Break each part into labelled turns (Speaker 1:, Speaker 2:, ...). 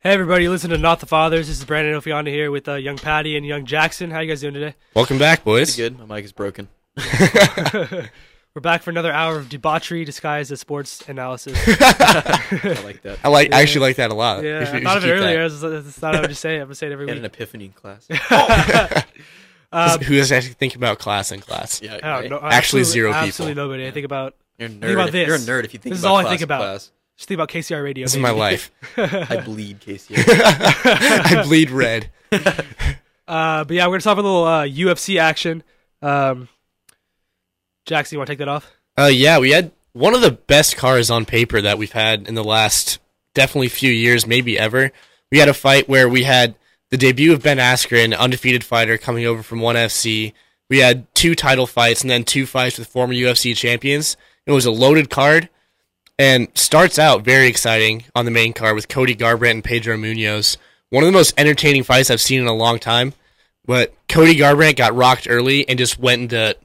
Speaker 1: Hey everybody, you listen to Not the Fathers. This is Brandon Ofiana here with uh, young Patty and young Jackson. How you guys doing today?
Speaker 2: Welcome back, boys.
Speaker 3: Pretty good. My mic is broken.
Speaker 1: We're back for another hour of debauchery disguised as sports analysis.
Speaker 3: I like that.
Speaker 2: I like. I actually like that a lot.
Speaker 1: Yeah,
Speaker 2: You should-
Speaker 1: I
Speaker 2: you
Speaker 1: thought of
Speaker 2: should
Speaker 1: it
Speaker 2: keep that.
Speaker 1: earlier. It's it's not how I just say it. I'm gonna say it every
Speaker 3: I had an
Speaker 1: week.
Speaker 3: epiphany in class.
Speaker 1: Um,
Speaker 2: Who does actually think about class in class?
Speaker 3: Yeah,
Speaker 1: I
Speaker 3: right?
Speaker 1: don't know.
Speaker 2: Actually
Speaker 1: Absolutely-
Speaker 2: zero people.
Speaker 1: Absolutely nobody. I think about
Speaker 3: You're a nerd.
Speaker 1: about
Speaker 3: if- You're a
Speaker 1: this.
Speaker 3: nerd if you think
Speaker 1: This is
Speaker 3: about
Speaker 1: all I
Speaker 3: class
Speaker 1: think
Speaker 3: in
Speaker 1: about.
Speaker 3: Class.
Speaker 1: just think about KCR radio.
Speaker 2: This is my life.
Speaker 3: I bleed, KCR.
Speaker 2: I bleed red.
Speaker 1: Uh, but yeah, we're gonna talk a little uh, UFC action. Um, Jackson, you want to take that off?
Speaker 2: Uh, yeah, we had one of the best cars on paper that we've had in the last definitely few years, maybe ever. We had a fight where we had the debut of Ben Askren, undefeated fighter coming over from ONE FC. We had two title fights and then two fights with former UFC champions. It was a loaded card and starts out very exciting on the main card with Cody Garbrandt and Pedro Munoz. One of the most entertaining fights I've seen in a long time. But Cody Garbrandt got rocked early and just went into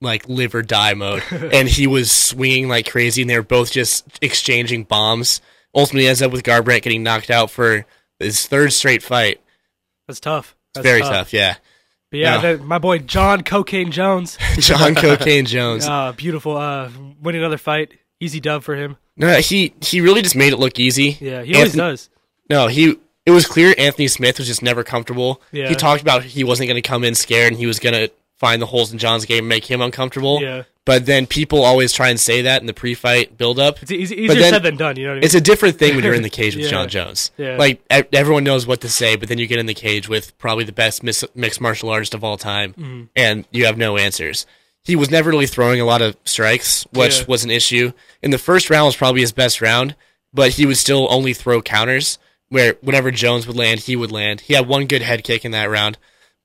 Speaker 2: like live or die mode. and he was swinging like crazy, and they were both just exchanging bombs. Ultimately, ends up with Garbrandt getting knocked out for his third straight fight.
Speaker 1: That's tough. That's
Speaker 2: Very tough, yeah.
Speaker 1: But yeah,
Speaker 2: Yeah.
Speaker 1: then my boy John Cocaine Jones,
Speaker 2: John Cocaine Jones.
Speaker 1: uh, beautiful. Uh, win another fight. Easy dub for him.
Speaker 2: No, he he really just made it look easy.
Speaker 1: Yeah, he always
Speaker 2: Anthony-
Speaker 1: does.
Speaker 2: No, he. It was clear Anthony Smith was just never comfortable.
Speaker 1: Yeah.
Speaker 2: He talked about he wasn't going to come in scared and he was going to find the holes in John's game and make him uncomfortable.
Speaker 1: Yeah.
Speaker 2: But then people always try and say that in the pre-fight build-up.
Speaker 1: It's easy, easier
Speaker 2: then-
Speaker 1: said than done. You know what I mean?
Speaker 2: it's a different thing when you're in the cage with
Speaker 1: Yeah.
Speaker 2: John Jones.
Speaker 1: Yeah.
Speaker 2: Like e- everyone knows what to say, but then you get in the cage with probably the best mis- mixed martial artist of all time,
Speaker 1: Mm-hmm.
Speaker 2: and you have no answers. He was never really throwing a lot of strikes, which
Speaker 1: Yeah.
Speaker 2: was an issue. And the first round was probably his best round, but he would still only throw counters where whenever Jones would land, he would land. He had one good head kick in that round.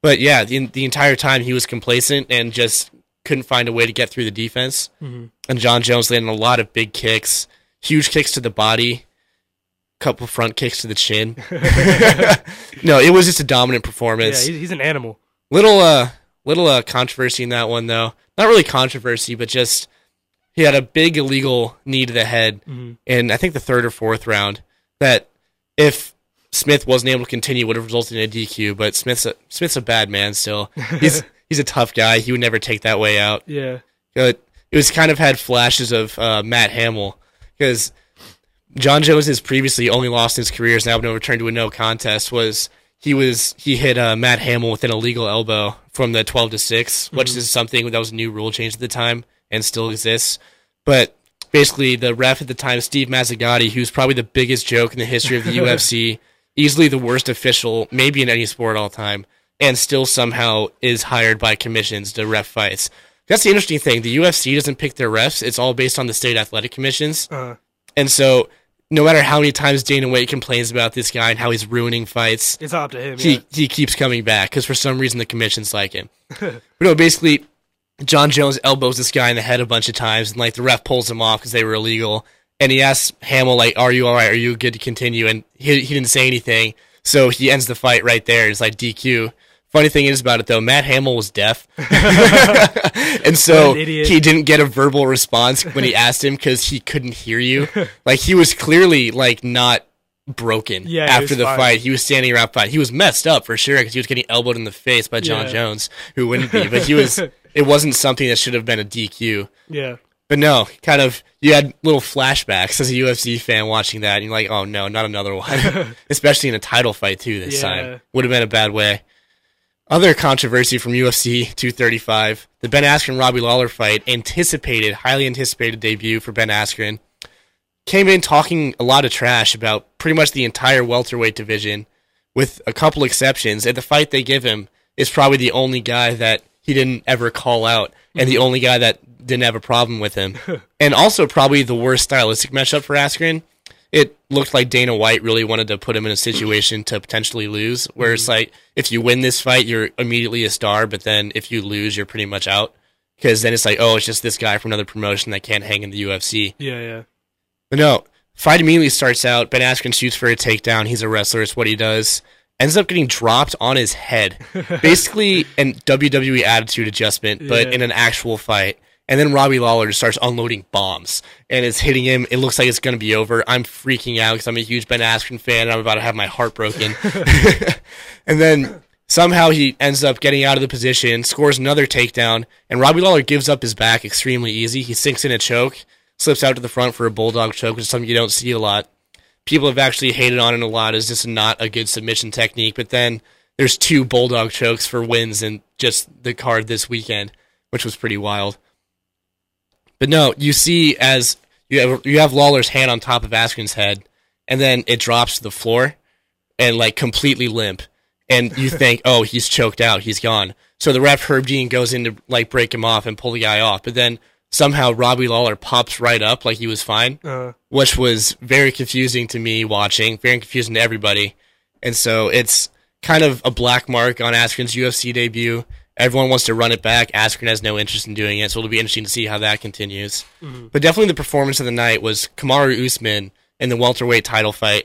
Speaker 2: But yeah, the, the entire time he was complacent and just couldn't find a way to get through the defense.
Speaker 1: Mm-hmm.
Speaker 2: And John Jones landed a lot of big kicks, huge kicks to the body, couple front kicks to the chin. no, it was just a dominant
Speaker 1: yeah,
Speaker 2: performance.
Speaker 1: he's, he's an animal.
Speaker 2: little uh little uh controversy in that one though. Not really controversy, but just he had a big illegal knee to the head in I think the third or fourth round that if Smith wasn't able to continue would have resulted in a DQ, but Smith's a, Smith's a bad man still. He's he's a tough guy. He would never take that way out
Speaker 1: Yeah,
Speaker 2: uh, it was kind of had flashes of uh, Matt Hamill because John Jones has previously only lost in his career has now been overturned to a no contest was he was he hit uh, Matt Hamill with an illegal elbow from the 12 to 6 which is something that was a new rule change at the time and still exists but basically the ref at the time Steve Mazzagatti who's probably the biggest joke in the history of the UFC easily the worst official maybe in any sport all time and still somehow is hired by commissions to ref fights that's the interesting thing the UFC doesn't pick their refs it's all based on the state athletic commissions
Speaker 1: Uh,
Speaker 2: and so, no matter how many times Dana White complains about this guy and how he's ruining fights,
Speaker 1: it's not up to him.
Speaker 2: he
Speaker 1: Yeah.
Speaker 2: he keeps coming back because for some reason the commissions like him. but no, basically, John Jones elbows this guy in the head a bunch of times, and like the ref pulls him off because they were illegal. And he asks Hamill, like, "Are you all right? Are you good to continue?" And he he didn't say anything, so he ends the fight right there. It's like DQ. Funny thing is about it though, Matt Hamill was deaf, and so
Speaker 1: What an idiot.
Speaker 2: he didn't get a verbal response when he asked him because he couldn't hear you. like he was clearly like not broken
Speaker 1: Yeah, he
Speaker 2: after
Speaker 1: was
Speaker 2: the
Speaker 1: fine.
Speaker 2: fight. He was standing around fight. He was messed up for sure because he was getting elbowed in the face by John
Speaker 1: Yeah.
Speaker 2: Jones, who wouldn't be. But he was. it wasn't something that should have been a DQ.
Speaker 1: yeah,
Speaker 2: But no, kind of. You had little flashbacks as a UFC fan watching that, and you're like, "Oh no, not another one!" Especially in a title fight too.
Speaker 1: Yeah.
Speaker 2: This time would have been a bad way. Other controversy from UFC 235: the Ben Askren Robbie Lawler fight, anticipated, highly anticipated debut for Ben Askren came in talking a lot of trash about pretty much the entire welterweight division, with a couple exceptions. And the fight they give him is probably the only guy that he didn't ever call out, and the only guy that didn't have a problem with him. and also probably the worst stylistic matchup for Askren. It looked like Dana White really wanted to put him in a situation to potentially lose, where it's like if you win this fight, you're immediately a star, but then if you lose, you're pretty much out. Because then it's like, oh, it's just this guy from another promotion that can't hang in the UFC.
Speaker 1: yeah, yeah.
Speaker 2: But no, fight immediately starts out. Ben Askren shoots for a takedown. He's a wrestler. It's what he does. Ends up getting dropped on his head. Basically, an WWE E attitude adjustment, but
Speaker 1: Yeah.
Speaker 2: in an actual fight. And then Robbie Lawler just starts unloading bombs and it's hitting him. It looks like it's going to be over. I'm freaking out because I'm a huge Ben Askren fan and I'm about to have my heart broken. and then somehow he ends up getting out of the position, scores another takedown, and Robbie Lawler gives up his back extremely easy. He sinks in a choke, slips out to the front for a bulldog choke, which is something you don't see a lot people have actually hated on it a lot is just not a good submission technique. But then there's two bulldog chokes for wins in just the card this weekend, which was pretty wild. But no, you see as you have you have Lawler's hand on top of Askren's head, and then it drops to the floor and like completely limp. And you think, oh, he's choked out, he's gone. So the ref Herb Dean goes in to like break him off and pull the guy off. But then somehow Robbie Lawler pops right up like he was fine
Speaker 1: Uh,
Speaker 2: which was very confusing to me watching, very confusing to everybody. And so it's kind of a black mark on Askren's UFC debut. Everyone wants to run it back. Askren has no interest in doing it, so it'll be interesting to see how that continues. But definitely the performance of the night was Kamaru Usman in the welterweight title fight.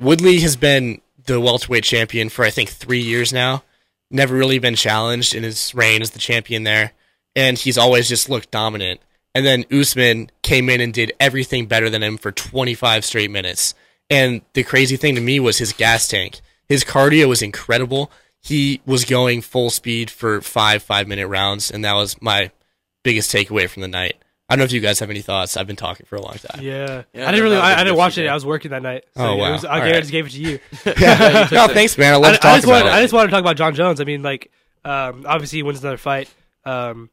Speaker 2: Woodley has been the welterweight champion for I think three years now. Never really been challenged in his reign as the champion there, and he's always just looked dominant. And then Usman came in and did everything better than him for 25 straight minutes. And the crazy thing to me was his gas tank. His cardio was incredible. He was going full speed for five five minute rounds, and that was my biggest takeaway from the night. I don't know if you guys have any thoughts. I've been talking for a long time.
Speaker 1: yeah.
Speaker 3: Yeah,
Speaker 1: I didn't really.
Speaker 3: that
Speaker 1: I,
Speaker 3: was a
Speaker 1: I didn't
Speaker 3: good
Speaker 1: watch it.
Speaker 3: figure.
Speaker 1: I was working that night. So
Speaker 2: Oh,
Speaker 1: yeah, it
Speaker 2: wow.
Speaker 1: was-
Speaker 2: All
Speaker 1: I
Speaker 2: right.
Speaker 1: just gave it to you.
Speaker 2: no, thanks, man. I love
Speaker 1: I,
Speaker 2: talking
Speaker 1: I just
Speaker 2: about
Speaker 1: wanted,
Speaker 2: it.
Speaker 1: I just wanted to talk about John Jones. I mean, like, um, obviously he wins another fight. Um,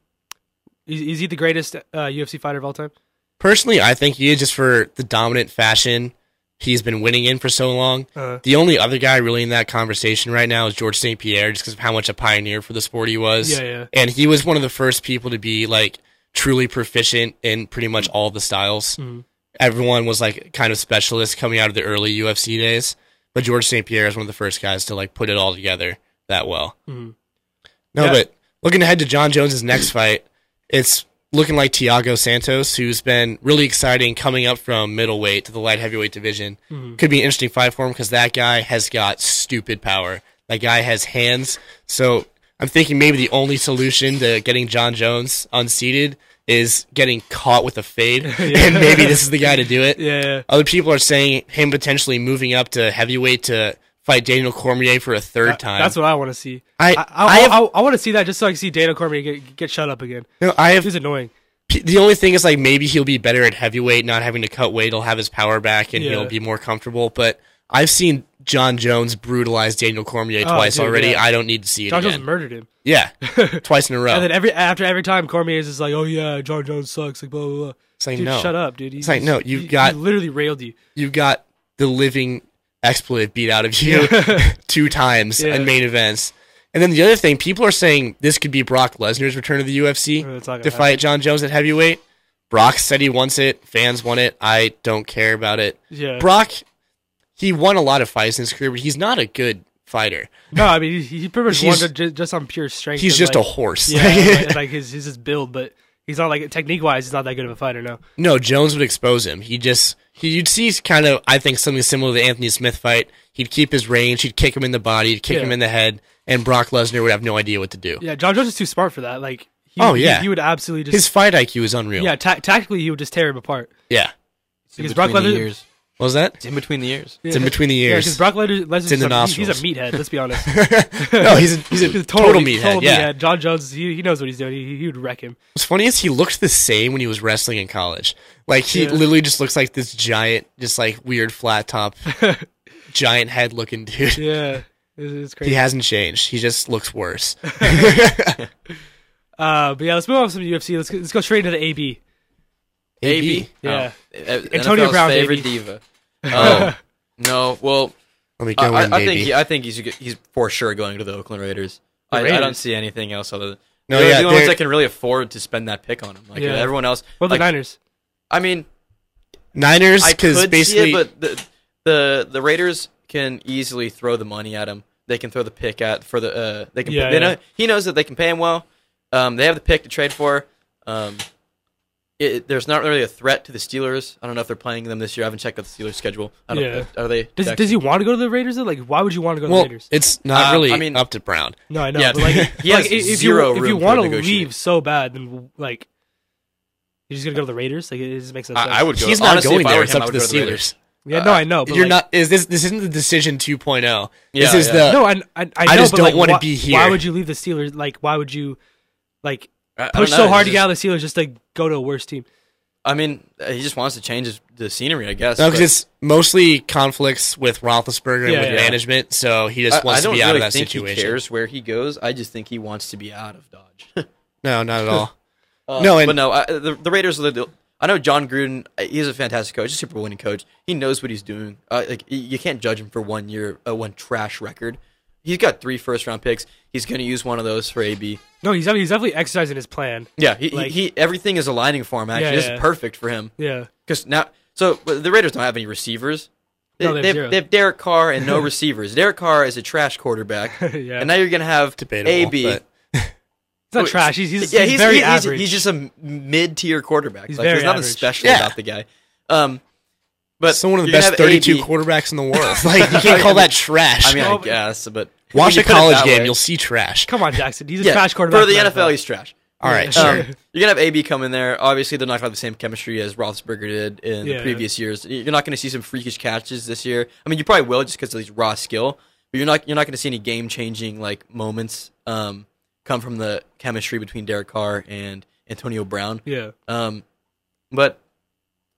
Speaker 1: is, is he the greatest uh, UFC fighter of all time?
Speaker 2: Personally, I think he is just for the dominant fashion he's been winning in for so long.
Speaker 1: Uh,
Speaker 2: The only other guy really in that conversation right now is George St. Pierre, just because of how much a pioneer for the sport he was.
Speaker 1: Yeah, yeah.
Speaker 2: And he was one of the first people to be like truly proficient in pretty much
Speaker 1: Mm.
Speaker 2: all the styles. Everyone was like kind of specialist coming out of the early UFC days, but George St. Pierre is one of the first guys to like put it all together that well. No,
Speaker 1: Yeah.
Speaker 2: but looking ahead to John Jones' next fight, it's looking like Tiago Santos, who's been really exciting coming up from middleweight to the light heavyweight division.
Speaker 1: Mm-hmm.
Speaker 2: Could be an interesting fight for him because that guy has got stupid power. That guy has hands. So I'm thinking maybe the only solution to getting John Jones unseated is getting caught with a fade. And maybe this is the guy to do it.
Speaker 1: yeah, yeah.
Speaker 2: Other people are saying him potentially moving up to heavyweight to fight Daniel Cormier for a third time.
Speaker 1: That's what I want to see.
Speaker 2: I-
Speaker 1: I,
Speaker 2: I
Speaker 1: I,
Speaker 2: have-
Speaker 1: I, want to see that just so I can see Dana Cormier get, get shut up again.
Speaker 2: No, I have
Speaker 1: He's annoying.
Speaker 2: P- the only thing is like maybe he'll be better at heavyweight, not having to cut weight. He'll have his power back and
Speaker 1: Yeah.
Speaker 2: he'll be more comfortable. But I've seen John Jones brutalize Daniel Cormier twice
Speaker 1: Oh, dude,
Speaker 2: already.
Speaker 1: yeah.
Speaker 2: I don't need to see it
Speaker 1: John Jones
Speaker 2: again. Oh.
Speaker 1: murdered him,
Speaker 2: yeah, twice in a row.
Speaker 1: and then every after every time Cormier is just like, "Oh yeah, John Jones sucks." Like blah blah blah.
Speaker 2: it's like
Speaker 1: dude,
Speaker 2: no,
Speaker 1: shut up, dude. He's
Speaker 2: like, no, you've
Speaker 1: he-
Speaker 2: got-
Speaker 1: he literally railed you.
Speaker 2: you got the living expletive beat out of you two times
Speaker 1: Yeah.
Speaker 2: in main events. And then the other thing, people are saying this could be Brock Lesnar's return to the UFC
Speaker 1: Uh, it's not gonna
Speaker 2: to fight John Jones at heavyweight. Brock said he wants it. Fans want it. I don't care about it.
Speaker 1: Yeah,
Speaker 2: Brock, he won a lot of fights in his career, but he's not a good fighter.
Speaker 1: no, I mean he, he pretty much
Speaker 2: He's-
Speaker 1: won ju- just, on pure strength.
Speaker 2: He's
Speaker 1: and,
Speaker 2: just
Speaker 1: like,
Speaker 2: a horse.
Speaker 1: yeah, and, like, and, like his his his build, but he's not like technique wise, he's not that good of a fighter. No,
Speaker 2: no, Jones would expose him. He just he, you'd see kind of I think something similar to the Anthony Smith fight. He'd keep his range, he'd kick him in the body, he'd kick
Speaker 1: Yeah.
Speaker 2: him in the head, and Brock Lesnar would have no idea what to do.
Speaker 1: yeah, John Jones is too smart for that. Like, he,
Speaker 2: Oh,
Speaker 1: he-
Speaker 2: yeah.
Speaker 1: he, would absolutely just
Speaker 2: His fight IQ is unreal.
Speaker 1: yeah, ta- tactically he would just tear him apart.
Speaker 2: Yeah.
Speaker 3: It's in
Speaker 1: Because Brock
Speaker 3: between the
Speaker 1: Lesnar-
Speaker 3: years.
Speaker 2: What was that?
Speaker 3: It's in between the years.
Speaker 2: It's in between the
Speaker 1: Yeah,
Speaker 2: ears.
Speaker 1: because Brock Lesnar, Lesnar's
Speaker 2: in the
Speaker 1: just a- he-
Speaker 2: nostrils.
Speaker 1: he's a meathead. Let's be honest.
Speaker 2: no, he's a, he's a total, meathead. yeah.
Speaker 1: John Jones, he, he knows what he's doing. He, he would wreck him.
Speaker 2: What's funny is he looked the same when he was wrestling in college. Like he
Speaker 1: Yeah.
Speaker 2: literally just looks like this giant, just like weird flat top, giant head looking dude.
Speaker 1: Yeah, it's, it's
Speaker 2: He
Speaker 1: crazy.
Speaker 2: hasn't changed. He just looks worse.
Speaker 1: Uh, but yeah, let's move on to some UFC. Let's go- let's go straight into the AB.
Speaker 2: AB.
Speaker 1: Yeah.
Speaker 3: Oh.
Speaker 1: Antonio
Speaker 3: Antonio
Speaker 1: Brown,
Speaker 3: Brown, favorite
Speaker 1: baby.
Speaker 3: diva. Oh no, well,
Speaker 2: Let me go
Speaker 3: I,
Speaker 2: in,
Speaker 3: I, I
Speaker 2: baby.
Speaker 3: think he, I think he's he's for sure going to the Oakland Raiders. I, I don't
Speaker 1: Raiders?
Speaker 3: see anything else other than
Speaker 2: No,
Speaker 3: they're
Speaker 2: yeah,
Speaker 3: the only ones
Speaker 2: they're-
Speaker 3: that can really afford to spend that pick on him. Like
Speaker 1: Yeah.
Speaker 3: everyone else,
Speaker 1: What about
Speaker 3: like,
Speaker 1: the Niners?
Speaker 3: I mean,
Speaker 2: Niners
Speaker 3: I
Speaker 2: because
Speaker 3: could
Speaker 2: basically
Speaker 3: see it, but the, the the Raiders can easily throw the money at him. They can throw the pick at for the uh, they can
Speaker 1: Yeah,
Speaker 3: they know,
Speaker 1: yeah.
Speaker 3: he knows that they can pay him well. Um, they have the pick to trade for. Um, it, it- there's not really a threat to the Steelers. I don't know if they're playing them this year. I haven't checked out the Steelers schedule. I don't
Speaker 1: Yeah.
Speaker 3: Are they?
Speaker 1: Does, does he want to go to the Raiders? Though? Like, why would you want to go to
Speaker 2: well,
Speaker 1: the Raiders?
Speaker 2: it's not
Speaker 3: Uh,
Speaker 2: really
Speaker 3: I mean-
Speaker 2: up to Brown.
Speaker 1: No, I know.
Speaker 3: yeah,
Speaker 1: but like,
Speaker 3: he has
Speaker 1: like, if
Speaker 3: zero
Speaker 1: you, if
Speaker 3: room
Speaker 1: you
Speaker 3: for
Speaker 1: want to
Speaker 3: negotiating.
Speaker 1: leave so bad, then like, You're just gonna go to the Raiders? Like it just makes no sense.
Speaker 4: I, I would go.
Speaker 2: He's not
Speaker 4: honestly,
Speaker 2: going
Speaker 4: if I
Speaker 2: there.
Speaker 4: were
Speaker 2: It's
Speaker 4: him,
Speaker 2: up
Speaker 4: I
Speaker 2: to
Speaker 4: would
Speaker 2: the
Speaker 4: go to
Speaker 2: Steelers.
Speaker 1: yeah,
Speaker 3: uh,
Speaker 1: no, I know. But
Speaker 2: You're
Speaker 1: like-
Speaker 2: not. Is this? This isn't the decision 2.0. This
Speaker 3: Yeah,
Speaker 2: is
Speaker 3: yeah.
Speaker 2: the.
Speaker 1: No, I, I, I, know,
Speaker 2: just
Speaker 1: but,
Speaker 2: don't
Speaker 1: like,
Speaker 2: wanna
Speaker 1: why-
Speaker 2: be here.
Speaker 1: Why would you leave the Steelers? Like, why would you, like,
Speaker 3: I- I don't
Speaker 1: push
Speaker 3: know,
Speaker 1: so
Speaker 3: he's
Speaker 1: hard to
Speaker 3: just-
Speaker 1: get out of the Steelers just to go to a worse team?
Speaker 3: I mean, uh, he just wants to change his, the scenery, I guess.
Speaker 2: No, because
Speaker 3: but
Speaker 2: it's mostly conflicts with Roethlisberger and
Speaker 1: Yeah,
Speaker 2: with
Speaker 1: yeah.
Speaker 2: management, so he
Speaker 3: I,
Speaker 2: just
Speaker 3: I
Speaker 2: wants to
Speaker 3: don't
Speaker 2: be out
Speaker 3: really
Speaker 2: of that
Speaker 3: think he
Speaker 2: situation.
Speaker 3: cares where he goes. I just think he wants to be out of Dodge.
Speaker 2: No, not at all.
Speaker 3: Uh,
Speaker 2: No, and-
Speaker 3: but no, I, the, the Raiders. Are the, I know John Gruden. uh, He's a fantastic coach, a Super Bowl winning coach. He knows what he's doing. Uh, like y- you can't judge him for one year, uh, one trash record. He's got three first round picks. He's going to use one of those for AB.
Speaker 1: No, he's definitely, he's definitely exercising his plan.
Speaker 3: Yeah, he, he-
Speaker 1: Like-
Speaker 3: he, everything is aligning for him. Actually,
Speaker 1: Yeah,
Speaker 3: this
Speaker 1: yeah.
Speaker 3: is perfect for him
Speaker 1: Yeah,
Speaker 3: because now. So but the Raiders don't have any receivers. They,
Speaker 1: No, they have
Speaker 3: they,
Speaker 1: zero.
Speaker 3: have, they have Derek Carr and no receivers. Derek Carr is a trash quarterback,
Speaker 1: yeah.
Speaker 3: and now you're going to have
Speaker 2: Debatable.
Speaker 3: AB.
Speaker 2: but-
Speaker 1: it's not trash. He's, he's,
Speaker 3: oh, yeah,
Speaker 1: he's,
Speaker 3: he's,
Speaker 1: very
Speaker 3: he- he's,
Speaker 1: average.
Speaker 3: He's just a mid-tier quarterback.
Speaker 1: He's
Speaker 3: like,
Speaker 1: very
Speaker 3: there's nothing
Speaker 1: average.
Speaker 3: special
Speaker 2: Yeah.
Speaker 3: about the guy. Um, but
Speaker 2: Still one of the
Speaker 3: you're gonna
Speaker 2: best
Speaker 3: have
Speaker 2: 32
Speaker 3: AB.
Speaker 2: quarterbacks in the world. Like, you can't call that trash.
Speaker 3: I mean,
Speaker 1: No,
Speaker 3: I
Speaker 1: but-
Speaker 3: guess, but
Speaker 2: Watch a
Speaker 3: when you put it
Speaker 2: college
Speaker 3: that
Speaker 2: game,
Speaker 3: way-
Speaker 2: you'll see trash.
Speaker 1: Come on, Jackson. He's a
Speaker 3: yeah,
Speaker 1: trash quarterback
Speaker 3: for the
Speaker 1: in
Speaker 3: NFL. He's trash.
Speaker 2: All right,
Speaker 1: Yeah.
Speaker 2: sure.
Speaker 3: Um, you're gonna have AB come in there. Obviously, they're not gonna have the same chemistry as Roethlisberger did in
Speaker 1: Yeah.
Speaker 3: the previous years. You're not gonna see some freakish catches this year. I mean, you probably will just because of his raw skill, but you're not you're not gonna see any game changing like moments um, come from the chemistry between Derek Carr and Antonio Brown.
Speaker 1: Yeah,
Speaker 3: Um, but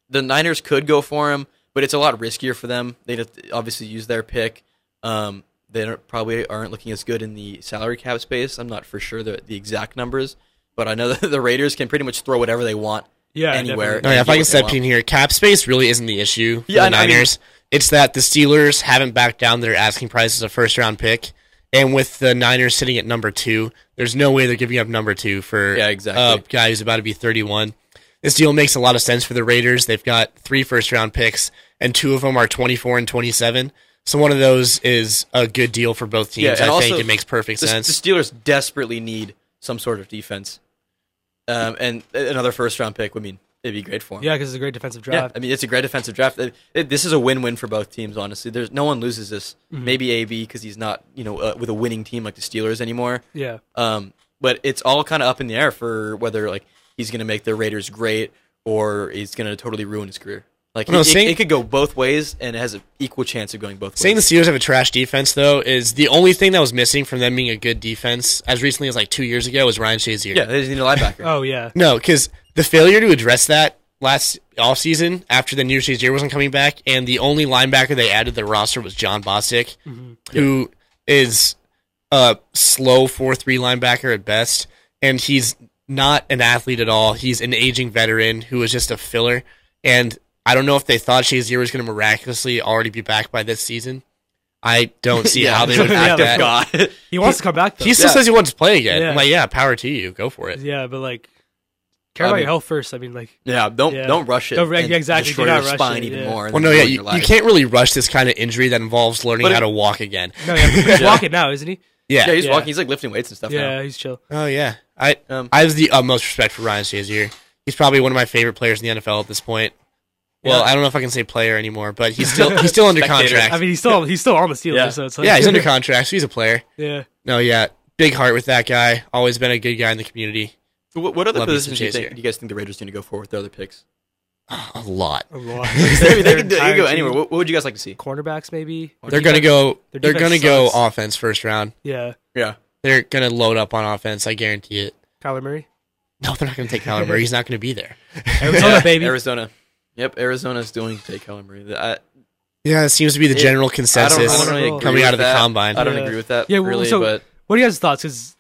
Speaker 3: the Niners could go for him, but it's a lot riskier for them. They just obviously use their pick. Um, they don't, probably aren't looking as good in the salary cap space. I'm not for sure the, the exact numbers, but I know that the Raiders can pretty much throw whatever they want
Speaker 1: yeah. definitely.
Speaker 3: anywhere.
Speaker 2: No, Oh, yeah, if I
Speaker 3: Yeah,
Speaker 2: can step
Speaker 3: well.
Speaker 2: in here, cap space really isn't the issue for
Speaker 3: Yeah,
Speaker 2: the
Speaker 3: I know, I mean-
Speaker 2: Niners. it's that the Steelers haven't backed down their asking price as a first round pick. And with the Niners sitting at number two, there's no way they're giving up number two for
Speaker 3: Yeah, exactly.
Speaker 2: a guy who's about to be 31. This deal makes a lot of sense for the Raiders. They've got three first round picks, and two of them are 24 and 27. So one of those is a good deal for both teams.
Speaker 3: Yeah, and
Speaker 2: I think
Speaker 3: also
Speaker 2: it makes perfect
Speaker 3: The, the
Speaker 2: sense.
Speaker 3: Steelers desperately need some sort of defense, um, and another first round pick would mean it'd be great for them.
Speaker 1: Yeah, because it's a great defensive
Speaker 3: Yeah,
Speaker 1: draft.
Speaker 3: I mean it's a great defensive draft. It- it- this is a win-win for both teams, honestly. There's no one loses this.
Speaker 1: Mm-hmm.
Speaker 3: Maybe AB because he's not, you know, uh, with a winning team like the Steelers anymore.
Speaker 1: Yeah,
Speaker 3: Um, but it's all kind of up in the air for whether like he's going to make the Raiders great or he's going to totally ruin his career. Like
Speaker 2: No,
Speaker 3: it, it-
Speaker 2: saying-
Speaker 3: it could go both ways, and it has an equal chance of going both
Speaker 2: Saying the
Speaker 3: ways.
Speaker 2: Steelers have a trash defense, though, is the only thing that was missing from them being a good defense as recently as like two years ago was Ryan Shazier.
Speaker 3: yeah, they just need a linebacker.
Speaker 1: Oh yeah.
Speaker 2: No, because the failure to address that last offseason after the New Year's Shazier wasn't coming back, and the only linebacker they added to their roster was John Bostic, who is a slow 4 3 linebacker at best, and he's not an athlete at all. He's an aging veteran who is just a filler. And I don't know if they thought Shazier was going to miraculously already be back by this season. I don't see
Speaker 3: Yeah.
Speaker 2: how they would
Speaker 1: Yeah,
Speaker 2: back
Speaker 1: like,
Speaker 2: that.
Speaker 3: God.
Speaker 1: He wants to come back though.
Speaker 2: He still
Speaker 3: Yeah.
Speaker 2: says he wants to play again.
Speaker 1: Yeah.
Speaker 2: I'm like, yeah, power to you. Go for it.
Speaker 1: Yeah, but like, care
Speaker 3: I
Speaker 1: about
Speaker 3: mean-
Speaker 1: your health first. I mean, like,
Speaker 3: yeah, don't
Speaker 1: Yeah.
Speaker 3: don't rush it.
Speaker 1: Don't- yeah,
Speaker 3: and
Speaker 1: exactly, do
Speaker 3: Destroy
Speaker 1: not
Speaker 3: your
Speaker 1: rush
Speaker 3: spine
Speaker 1: it,
Speaker 3: even
Speaker 1: yeah.
Speaker 3: more. and
Speaker 2: Well,
Speaker 3: then
Speaker 2: no, yeah,
Speaker 3: ruin
Speaker 2: you,
Speaker 3: your
Speaker 2: you
Speaker 3: life.
Speaker 2: can't really rush this kind of injury that involves learning
Speaker 3: But it-
Speaker 2: how to walk again.
Speaker 1: no, yeah, he's walking now, isn't he?
Speaker 2: Yeah.
Speaker 3: Yeah, he's
Speaker 1: Yeah.
Speaker 3: walking. He's like lifting weights and stuff. now.
Speaker 1: Yeah, he's chill.
Speaker 2: Oh yeah. I
Speaker 3: Um,
Speaker 2: I have the utmost respect for Ryan Shazier. He's probably one of my favorite players in the NFL at this point. Well,
Speaker 3: Yeah.
Speaker 2: I don't know if I can say player anymore, but he's still he's still under
Speaker 3: Spectator.
Speaker 2: contract.
Speaker 1: I mean, he's still he's still on the Steelers,
Speaker 3: Yeah.
Speaker 1: so it's like,
Speaker 2: yeah, he's under contract, so he's a player.
Speaker 1: yeah.
Speaker 2: No, yeah. Big heart with that guy. Always been a good guy in the community.
Speaker 3: What, what other
Speaker 2: Love me some
Speaker 3: positions do you,
Speaker 2: Chase
Speaker 3: think,
Speaker 2: here.
Speaker 3: do you guys think the Raiders need to go for with their other picks?
Speaker 2: A lot.
Speaker 1: A lot.
Speaker 3: I mean, they, can, do- they can go anywhere. What, what would you guys like to see?
Speaker 1: Cornerbacks, maybe. Or
Speaker 2: They're gonna
Speaker 1: defense-
Speaker 2: go
Speaker 1: their
Speaker 2: they're gonna
Speaker 1: defense
Speaker 2: go
Speaker 1: sucks.
Speaker 2: offense first round.
Speaker 1: Yeah,
Speaker 3: Yeah.
Speaker 2: They're gonna load up on offense, I guarantee it.
Speaker 1: Kyler Murray.
Speaker 2: No, they're not gonna take Kyler Murray. He's not gonna be there.
Speaker 1: Arizona, baby.
Speaker 3: Arizona. Yep, Arizona's doing to take Kyler Murray. I,
Speaker 2: Yeah, it seems to be the
Speaker 3: It-
Speaker 2: general
Speaker 3: I
Speaker 2: consensus.
Speaker 3: don't, I
Speaker 1: Census
Speaker 3: don't really agree
Speaker 2: coming
Speaker 3: with
Speaker 2: out of the
Speaker 3: that.
Speaker 2: combine.
Speaker 3: I don't
Speaker 1: Yeah.
Speaker 3: agree with that
Speaker 1: Yeah, well,
Speaker 3: really,
Speaker 1: so-
Speaker 3: but
Speaker 1: What do you guys thoughts? Because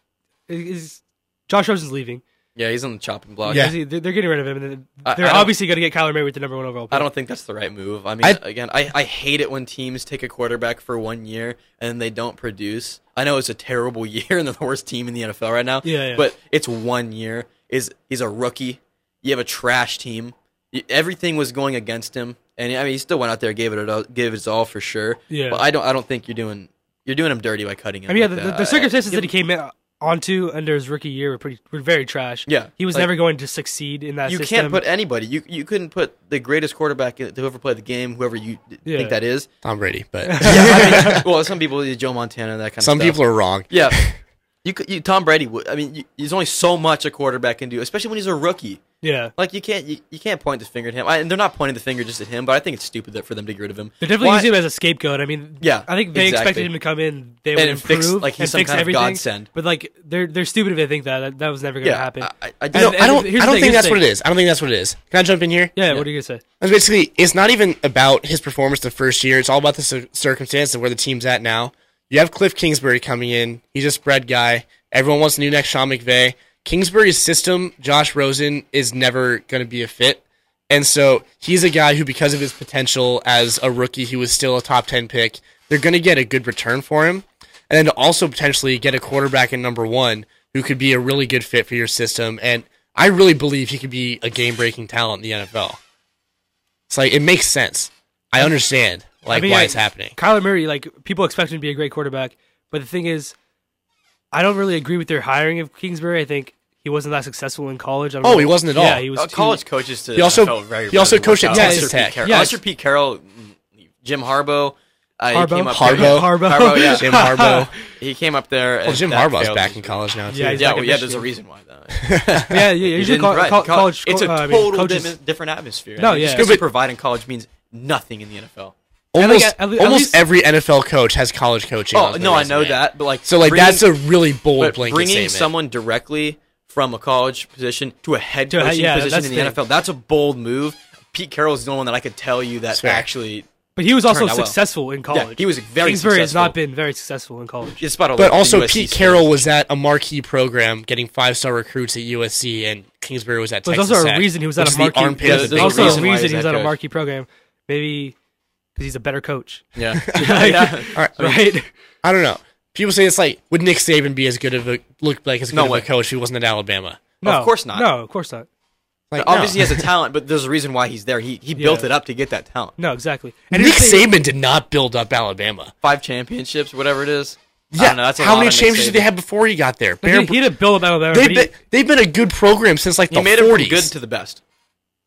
Speaker 1: is Josh Rosen's leaving?
Speaker 3: yeah, he's on the chopping block.
Speaker 2: Yeah.
Speaker 1: Is he- they're they're getting rid of him, and then
Speaker 3: I-
Speaker 1: they're
Speaker 3: I don't-
Speaker 1: obviously going to get Kyler Murray with the number one overall pick.
Speaker 3: I don't think that's the right move. I mean,
Speaker 2: I-
Speaker 3: again, I, I hate it when teams take a quarterback for one year and then they don't produce. I know it's a terrible year and they're the worst team in the NFL right now.
Speaker 1: Yeah, yeah.
Speaker 3: But it's one year. Is he's a rookie. You have a trash team. Y- Everything was going against him, and I mean, he still went out there, gave it, it all, gave his all for sure.
Speaker 1: Yeah.
Speaker 3: But I don't, I don't think you're doing, you're doing him dirty by cutting him.
Speaker 1: I mean, yeah,
Speaker 3: like
Speaker 1: the, the,
Speaker 3: that.
Speaker 1: the
Speaker 3: I-
Speaker 1: circumstances
Speaker 3: I-
Speaker 1: that he came in onto under his rookie year were pretty were very trash.
Speaker 3: Yeah,
Speaker 1: he was
Speaker 3: like-
Speaker 1: never going to succeed in that.
Speaker 3: you
Speaker 1: system.
Speaker 3: can't put anybody. You you couldn't put the greatest quarterback to whoever played the game, whoever you d-
Speaker 1: Yeah.
Speaker 3: think that is.
Speaker 2: Tom Brady, but
Speaker 3: I mean, well, some people use Joe Montana that kind of
Speaker 2: some
Speaker 3: stuff.
Speaker 2: people are wrong.
Speaker 3: yeah. You, could, you Tom Brady. would- I mean, you, there's only so much a quarterback can do, especially when he's a rookie.
Speaker 1: Yeah,
Speaker 3: Like you can't you, you can't point the finger at him. I, and they're not pointing the finger just at him, but I think it's stupid that for them to get rid of him.
Speaker 1: they're definitely
Speaker 3: Why-
Speaker 1: using him as a scapegoat. I mean,
Speaker 3: Yeah,
Speaker 1: I think they
Speaker 3: exactly.
Speaker 1: expected him to come in. They would
Speaker 3: and
Speaker 1: improve,
Speaker 3: fix like he's
Speaker 1: and
Speaker 3: some
Speaker 1: fix
Speaker 3: kind
Speaker 1: everything.
Speaker 3: of godsend.
Speaker 1: But like, they're they're stupid if they think that that, that was never going to
Speaker 3: Yeah,
Speaker 1: happen.
Speaker 3: I, I, I do
Speaker 1: And-
Speaker 2: No,
Speaker 1: and
Speaker 2: I don't.
Speaker 1: here's
Speaker 2: I
Speaker 1: the
Speaker 2: don't
Speaker 1: thing,
Speaker 2: think
Speaker 1: here's
Speaker 2: that's
Speaker 1: the
Speaker 2: what it
Speaker 1: thing.
Speaker 2: is. I don't think that's what it is. Can I jump in here?
Speaker 1: yeah, what are you gonna say?
Speaker 2: That's basically. It's not even about his performance the first year. It's all about the cir- circumstance of where the team's at now. You have Cliff Kingsbury coming in. He's a spread guy. Everyone wants the new next Sean McVay. Kingsbury's system, Josh Rosen, is never going to be a fit. And so he's a guy who, because of his potential as a rookie, he was still a top 10 pick. They're going to get a good return for him. And then to also potentially get a quarterback in number one who could be a really good fit for your system. And I really believe he could be a game breaking talent in the NFL. It's like, it makes sense. I understand like
Speaker 1: I mean,
Speaker 2: why
Speaker 1: like,
Speaker 2: it's happening.
Speaker 1: Kyler Murray, like people expect him to be a great quarterback, but the thing is, I don't really agree with their hiring of Kingsbury. I think he wasn't that successful in college. I don't
Speaker 2: Oh,
Speaker 1: know-
Speaker 2: he wasn't at
Speaker 1: Yeah,
Speaker 2: all.
Speaker 1: he was
Speaker 3: Uh,
Speaker 1: too-
Speaker 3: college coaches to
Speaker 2: He also-
Speaker 3: NFL very
Speaker 2: he also
Speaker 3: rarely
Speaker 2: coached
Speaker 3: work
Speaker 2: at
Speaker 3: out.
Speaker 2: Texas
Speaker 3: Unless you're Pete
Speaker 2: Tech.
Speaker 3: Carroll-
Speaker 1: Yeah.
Speaker 3: Unless you're Pete Carroll, mm, Jim Harbaugh. Uh,
Speaker 1: Harbaugh?
Speaker 3: He came up
Speaker 2: Harbaugh.
Speaker 3: There.
Speaker 1: Harbaugh.
Speaker 3: Harbaugh, yeah.
Speaker 2: Jim Harbaugh.
Speaker 3: He came up there.
Speaker 2: Well,
Speaker 3: and
Speaker 2: Jim
Speaker 3: that
Speaker 2: Harbaugh's
Speaker 3: failed.
Speaker 2: back in college now, too.
Speaker 1: Yeah, he's
Speaker 3: Yeah,
Speaker 1: back
Speaker 3: well,
Speaker 1: in
Speaker 3: yeah.
Speaker 1: this
Speaker 3: There's a
Speaker 1: year.
Speaker 3: reason why though.
Speaker 1: Yeah, yeah. Usually
Speaker 3: didn't
Speaker 1: col-
Speaker 3: right.
Speaker 1: col-
Speaker 3: Co-
Speaker 1: college.
Speaker 3: It's a
Speaker 1: uh, I mean,
Speaker 3: total
Speaker 1: coaches-
Speaker 3: dim- different atmosphere.
Speaker 1: No,
Speaker 3: I mean,
Speaker 1: yeah.
Speaker 3: Just
Speaker 2: But-
Speaker 3: providing college means nothing in the NFL.
Speaker 2: Almost,
Speaker 1: at le- at
Speaker 2: almost
Speaker 1: least-
Speaker 2: every NFL coach has college coaching.
Speaker 3: Oh
Speaker 2: on their
Speaker 3: no, I know
Speaker 2: resume.
Speaker 3: that, but like
Speaker 2: So like
Speaker 3: bringing-
Speaker 2: that's a really bold
Speaker 3: but
Speaker 2: blanket
Speaker 3: bringing
Speaker 2: statement.
Speaker 3: someone directly from a college position to a head
Speaker 1: To a head-
Speaker 3: coaching
Speaker 1: yeah,
Speaker 3: position
Speaker 1: that's
Speaker 3: in
Speaker 1: the
Speaker 3: the
Speaker 1: thing.
Speaker 3: NFL. That's a bold move. Pete Carroll is the only one that I could tell you that
Speaker 2: That's fair.
Speaker 3: actually.
Speaker 1: But he was also
Speaker 3: turned out well.
Speaker 1: successful in college.
Speaker 3: he was very
Speaker 1: Kingsbury has
Speaker 3: successful.
Speaker 1: not been very successful in college.
Speaker 3: It's about
Speaker 2: but also Pete Carroll was at a marquee program, getting five star recruits at USC, and Kingsbury was at
Speaker 1: But
Speaker 2: Texas
Speaker 1: there's also a
Speaker 2: Tech,
Speaker 1: reason he was
Speaker 2: which
Speaker 1: at
Speaker 2: is
Speaker 1: a
Speaker 2: the
Speaker 1: marquee.
Speaker 2: armpit
Speaker 3: yeah,
Speaker 2: of the
Speaker 1: there's
Speaker 2: big
Speaker 1: also
Speaker 2: reason
Speaker 1: a
Speaker 3: why he's
Speaker 1: reason he was
Speaker 3: that
Speaker 1: at a
Speaker 3: coach.
Speaker 1: marquee program. Maybe because he's a better coach,
Speaker 3: Yeah.
Speaker 1: Yeah.
Speaker 2: All right,
Speaker 1: right?
Speaker 2: I don't know. People say it's like, would Nick Saban be as good of a look like as good
Speaker 3: No
Speaker 2: of
Speaker 3: way.
Speaker 2: a coach who wasn't at Alabama?
Speaker 1: No,
Speaker 3: course not.
Speaker 1: No, of course not.
Speaker 2: Like,
Speaker 3: Obviously,
Speaker 2: no.
Speaker 3: he has a talent, but there's a reason why he's there. He he built
Speaker 1: Yeah.
Speaker 3: it up to get that talent.
Speaker 1: No, exactly.
Speaker 2: Nick
Speaker 1: here's the thing-
Speaker 2: Saban did not build up Alabama.
Speaker 3: Five championships, whatever it is. I
Speaker 2: Yeah,
Speaker 3: don't know, that's a
Speaker 2: how
Speaker 3: lot
Speaker 2: many
Speaker 3: of Nick
Speaker 2: championships did they
Speaker 3: Saban.
Speaker 2: have before he got there? Bare-
Speaker 1: He, he did build up Alabama.
Speaker 2: they've,
Speaker 1: but
Speaker 2: been,
Speaker 1: he-
Speaker 2: they've been a good program since like the
Speaker 3: He made them from
Speaker 2: 40s.
Speaker 3: good to the best.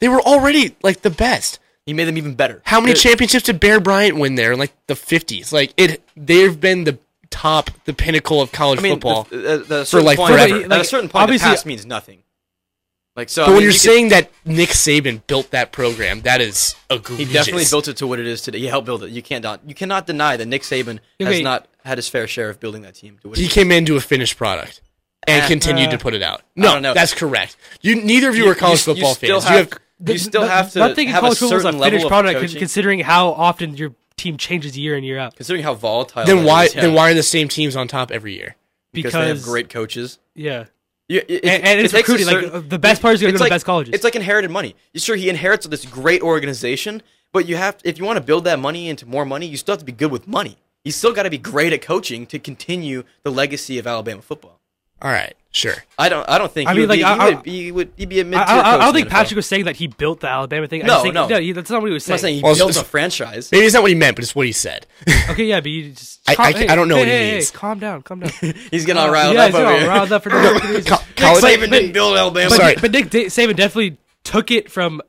Speaker 2: they were already like the best.
Speaker 3: He made them even better. Uh,
Speaker 2: How many
Speaker 3: It-
Speaker 2: championships did Bear Bryant win there in like the fifties? Like it, they've been the top, the pinnacle of college
Speaker 3: I mean,
Speaker 2: football.
Speaker 3: the- the- the- the certain
Speaker 2: like,
Speaker 3: point-
Speaker 2: forever.
Speaker 3: At a certain point, the
Speaker 1: Obviously-
Speaker 3: past means nothing. Like so, I
Speaker 2: but when
Speaker 3: mean,
Speaker 2: you're
Speaker 3: you could-
Speaker 2: saying that Nick Saban built that program, that is
Speaker 3: He
Speaker 2: egregious.
Speaker 3: definitely built it to what it is today. He helped build it. You can't not, you cannot deny that Nick Saban has
Speaker 1: Okay.
Speaker 3: not had his fair share of building that team to what
Speaker 2: He
Speaker 3: it is.
Speaker 2: came into a finished product and
Speaker 3: Uh,
Speaker 2: continued
Speaker 1: uh,
Speaker 2: to put it out.
Speaker 3: don't know.
Speaker 2: No, that's correct. You neither of you, are college
Speaker 3: you
Speaker 2: football
Speaker 3: still
Speaker 2: fans.
Speaker 3: Have,
Speaker 2: you have
Speaker 3: you still
Speaker 1: the-
Speaker 3: have to
Speaker 1: One thing in
Speaker 3: have
Speaker 1: college
Speaker 3: a
Speaker 1: football is
Speaker 3: certain
Speaker 1: a
Speaker 3: level
Speaker 1: finished
Speaker 3: of
Speaker 1: product, con-
Speaker 3: coaching,
Speaker 1: considering how often your team changes year in year out.
Speaker 3: considering how volatile.
Speaker 2: then
Speaker 3: it
Speaker 2: why
Speaker 3: is, yeah,
Speaker 2: then why are the same teams on top every year?
Speaker 3: Because,
Speaker 1: Because,
Speaker 3: they have great coaches.
Speaker 1: yeah,
Speaker 3: You- it- it-
Speaker 1: And- and
Speaker 3: it
Speaker 1: it's
Speaker 3: takes a
Speaker 1: recruiting, like,
Speaker 3: certain-
Speaker 1: uh, the best players are gonna
Speaker 3: it's
Speaker 1: go to the
Speaker 3: like-
Speaker 1: best colleges.
Speaker 3: It's like inherited money. Sure, he inherits this great organization, but you have if you want to build that money into more money, you still have to be good with money. You still got to be great at coaching to continue the legacy of Alabama football.
Speaker 2: All right, sure.
Speaker 3: I don't. I don't think.
Speaker 1: I
Speaker 3: he
Speaker 1: mean,
Speaker 3: would be,
Speaker 1: like, I-
Speaker 3: he would, he would he'd be a
Speaker 1: I,
Speaker 3: mid-tier
Speaker 1: I, I
Speaker 3: coach in
Speaker 1: don't
Speaker 3: the
Speaker 1: think
Speaker 3: NFL.
Speaker 1: Patrick was saying that he built the Alabama thing. I
Speaker 3: No,
Speaker 1: just think,
Speaker 3: no.
Speaker 1: he- that's not what he was
Speaker 3: I'm not saying
Speaker 1: saying.
Speaker 3: he
Speaker 2: Well,
Speaker 3: built
Speaker 2: it's-
Speaker 3: a franchise.
Speaker 2: Maybe it's not what he meant, but it's what he said.
Speaker 1: okay, yeah, but you just
Speaker 2: I- I- I don't know
Speaker 1: hey,
Speaker 2: what he
Speaker 1: hey, hey,
Speaker 2: means.
Speaker 1: calm down, calm down.
Speaker 3: He's getting all riled
Speaker 1: Oh, yeah,
Speaker 3: up
Speaker 1: he's all
Speaker 3: over here.
Speaker 1: riled up for no fucking reason.
Speaker 2: Co- college,
Speaker 3: Nick Saban didn't build Alabama
Speaker 1: But,
Speaker 2: sorry.
Speaker 1: but Nick da- Saban definitely took it from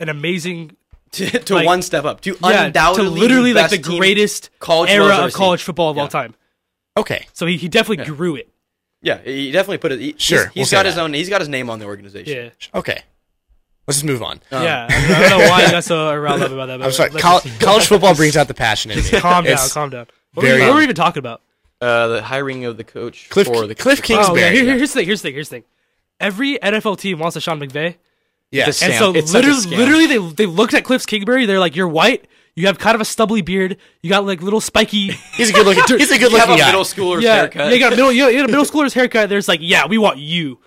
Speaker 1: an amazing
Speaker 3: to, to
Speaker 1: like-
Speaker 3: one step up, to
Speaker 1: yeah, to
Speaker 3: undoubtedly
Speaker 1: literally
Speaker 3: the
Speaker 1: like
Speaker 3: best
Speaker 1: the
Speaker 3: team
Speaker 1: greatest
Speaker 3: college
Speaker 1: era
Speaker 3: world's ever
Speaker 1: of college
Speaker 3: seen.
Speaker 1: football of all
Speaker 3: Yeah.
Speaker 1: time.
Speaker 2: okay,
Speaker 1: So he, he definitely grew it.
Speaker 3: Yeah, he definitely put it. He,
Speaker 2: Sure,
Speaker 3: he's-
Speaker 2: we'll
Speaker 3: he's
Speaker 2: say
Speaker 3: got
Speaker 2: that.
Speaker 3: his own. He's got his name on the organization.
Speaker 1: Yeah.
Speaker 2: okay. Let's just move on.
Speaker 3: uh,
Speaker 1: yeah, I don't- I don't know why you got so riled up about that. But
Speaker 2: I'm sorry.
Speaker 1: let's
Speaker 2: Col-
Speaker 1: just-
Speaker 2: college football brings out the passion in me.
Speaker 1: calm down,
Speaker 2: It's-
Speaker 1: calm down. What were, we,
Speaker 2: very-
Speaker 1: what were we even talking about?
Speaker 3: Uh, the hiring of the coach
Speaker 2: Cliff-
Speaker 3: for the
Speaker 2: Cliff
Speaker 3: for-
Speaker 2: Kingsbury.
Speaker 1: Oh, yeah.
Speaker 2: Kingsbury.
Speaker 1: Here, here- here's the thing. Here's the thing. Here's the thing. Every NFL team wants a Sean McVay,
Speaker 2: Yes.
Speaker 1: and
Speaker 3: Scam.
Speaker 1: so
Speaker 3: It's such a
Speaker 1: literally,
Speaker 3: scam.
Speaker 1: literally, they they looked at Cliff's Kingsbury. They're like, "You're white. You have kind of a stubbly beard. You got like little spiky.
Speaker 2: He's a good looking. He's a good
Speaker 3: You have a
Speaker 2: looking guy.
Speaker 3: middle schooler's
Speaker 1: yeah,
Speaker 3: haircut.
Speaker 1: yeah, you got a middle. You got a middle schooler's haircut. There's like, yeah, we want you.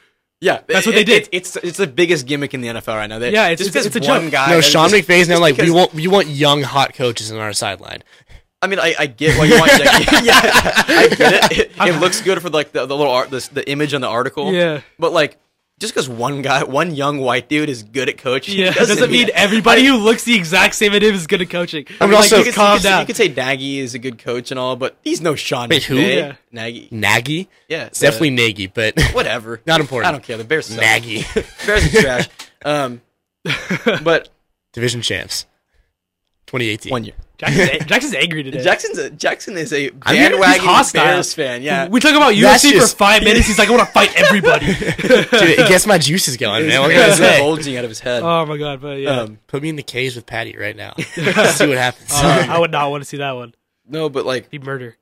Speaker 3: Yeah,
Speaker 1: That's what they
Speaker 3: it-
Speaker 1: did.
Speaker 3: it- it's it's the biggest gimmick in the NFL right now. They-
Speaker 1: Yeah, it's-
Speaker 3: just
Speaker 1: it's-
Speaker 3: because
Speaker 1: it's a
Speaker 3: one
Speaker 1: joke.
Speaker 3: guy.
Speaker 2: No,
Speaker 3: it's
Speaker 2: Sean
Speaker 3: just-
Speaker 2: McVay's now
Speaker 3: just
Speaker 2: like we
Speaker 3: because-
Speaker 2: want you want young hot coaches on our sideline.
Speaker 3: I mean, I, I get why you want. Like, yeah, I get it. it. It looks good for like the, the little art, this, the image on the article.
Speaker 1: Yeah.
Speaker 3: but like just because one guy, one young white dude is good at coaching,
Speaker 1: Yeah,
Speaker 3: doesn't, mean
Speaker 1: everybody who looks the exact same at him is good at coaching. I
Speaker 2: mean, also-
Speaker 1: like,
Speaker 3: you
Speaker 1: just
Speaker 3: could, you
Speaker 1: calm
Speaker 3: could-
Speaker 1: down.
Speaker 3: You could say Nagy is a good coach and all, but he's no Sean
Speaker 2: Wait, who?
Speaker 3: McVay.
Speaker 1: Yeah.
Speaker 3: Nagy.
Speaker 2: Nagy.
Speaker 3: Yeah,
Speaker 2: It's
Speaker 3: the-
Speaker 2: definitely Nagy, but
Speaker 3: whatever.
Speaker 2: Not important.
Speaker 3: I don't care. The Bears suck.
Speaker 2: Nagy.
Speaker 3: Bears are trash. Um, but
Speaker 2: Division champs. 2018.
Speaker 3: One year.
Speaker 1: Jackson's, a- Jackson's angry today.
Speaker 3: Jackson's a, Jackson is a
Speaker 1: I mean, he's
Speaker 3: bandwagon
Speaker 1: hostile.
Speaker 3: Bears fan. Yeah,
Speaker 1: We talk about
Speaker 2: That's
Speaker 1: UFC
Speaker 2: just-
Speaker 1: for five minutes. He's like, I want to fight everybody.
Speaker 2: Dude, it gets my juices going, man. What can I
Speaker 3: He's
Speaker 2: say?
Speaker 3: bulging out of his head.
Speaker 1: oh my god, but yeah,
Speaker 3: Um,
Speaker 2: Put me in the cage with Patty right now. See what happens.
Speaker 1: Uh, I would not want to see that one.
Speaker 3: no, but like
Speaker 1: Be murder.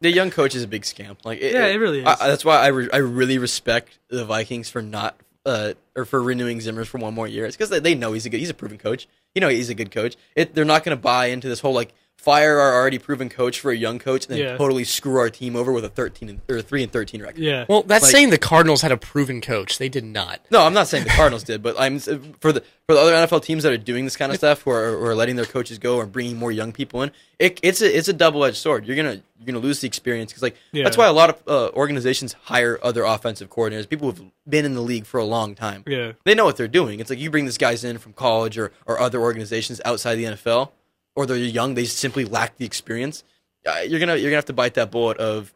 Speaker 3: the young coach is a big scam. Like,
Speaker 1: Yeah, it really
Speaker 3: I-
Speaker 1: is.
Speaker 3: I, that's why I, re- I really respect the Vikings for not uh or for renewing Zimmer's for one more year. It's because they, they know he's a good, he's a proven coach. You know, he's a good coach. It, they're not going to buy into this whole like fire our already proven coach for a young coach and then
Speaker 1: Yeah.
Speaker 3: totally screw our team over with a thirteen and, or a three and thirteen record.
Speaker 1: Yeah,
Speaker 2: well, that's
Speaker 3: Like-
Speaker 2: saying the Cardinals had a proven coach. They did not.
Speaker 3: No, I'm not saying the Cardinals did, but I'm for the for the other NFL teams that are doing this kind of stuff, who are, who are letting their coaches go or bringing more young people in. It, it's a it's a double edged sword. You're gonna you're gonna lose the experience because like
Speaker 1: Yeah.
Speaker 3: that's why a lot of uh, organizations hire other offensive coordinators, people who've been in the league for a long time.
Speaker 1: yeah,
Speaker 3: They know what they're doing. It's like you bring these guys in from college or, or other organizations outside the NFL, or they're young. They simply lack the experience. Uh, you're gonna you're gonna have to bite that bullet of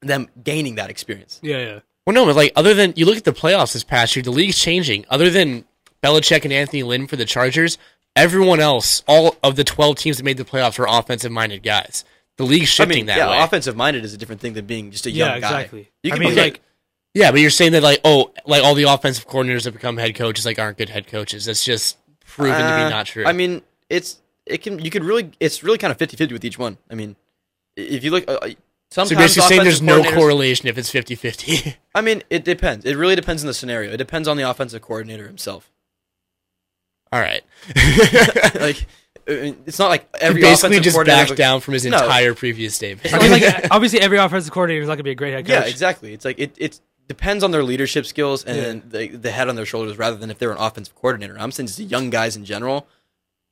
Speaker 3: them gaining that experience.
Speaker 1: yeah, yeah.
Speaker 2: Well, no, but like other than you look at the playoffs this past year, the league's changing. Other than Belichick and Anthony Lynn for the Chargers, everyone else, all of the 12 teams that made the playoffs were offensive-minded guys. The league's shifting that
Speaker 3: yeah,
Speaker 2: way.
Speaker 3: offensive minded is a different thing than being just a young
Speaker 1: Yeah,
Speaker 3: guy.
Speaker 1: exactly.
Speaker 3: You
Speaker 1: I
Speaker 3: can
Speaker 1: mean,
Speaker 3: be
Speaker 1: like,
Speaker 2: yeah, but you're saying that like oh, like all the offensive coordinators that become head coaches like aren't good head coaches. That's just proven to
Speaker 3: uh,
Speaker 2: be not true.
Speaker 3: I mean, it's it can you could really it's really kind of 50-50 with each one. I mean, i- if you look, uh, uh, sometimes
Speaker 2: so you're basically saying there's
Speaker 3: offensive
Speaker 2: no
Speaker 3: coordinators-
Speaker 2: correlation if it's 50-50.
Speaker 3: I mean, it depends. It really depends on the scenario. It depends on the offensive coordinator himself.
Speaker 2: all right.
Speaker 3: like, I mean, it's not like every
Speaker 2: basically
Speaker 3: offensive
Speaker 2: just
Speaker 3: coordinator.
Speaker 2: backed down from his
Speaker 3: No.
Speaker 2: entire previous statement.
Speaker 1: I mean, like, obviously every offensive coordinator is not going to be a great head coach.
Speaker 3: Yeah, exactly. It's like it it depends on their leadership skills and the, the head on their shoulders rather than if they're an offensive coordinator. I'm saying just the young guys in general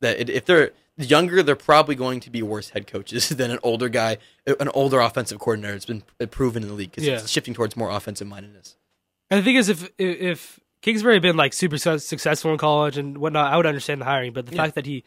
Speaker 3: that it, if they're younger, they're probably going to be worse head coaches than an older guy, uh, an older offensive coordinator. It's been proven in the league because
Speaker 1: Yeah.
Speaker 3: it's shifting towards more offensive mindedness.
Speaker 1: And the thing is, if if- if Kingsbury had been like super su- successful in college and whatnot, I would understand the hiring. But the fact that he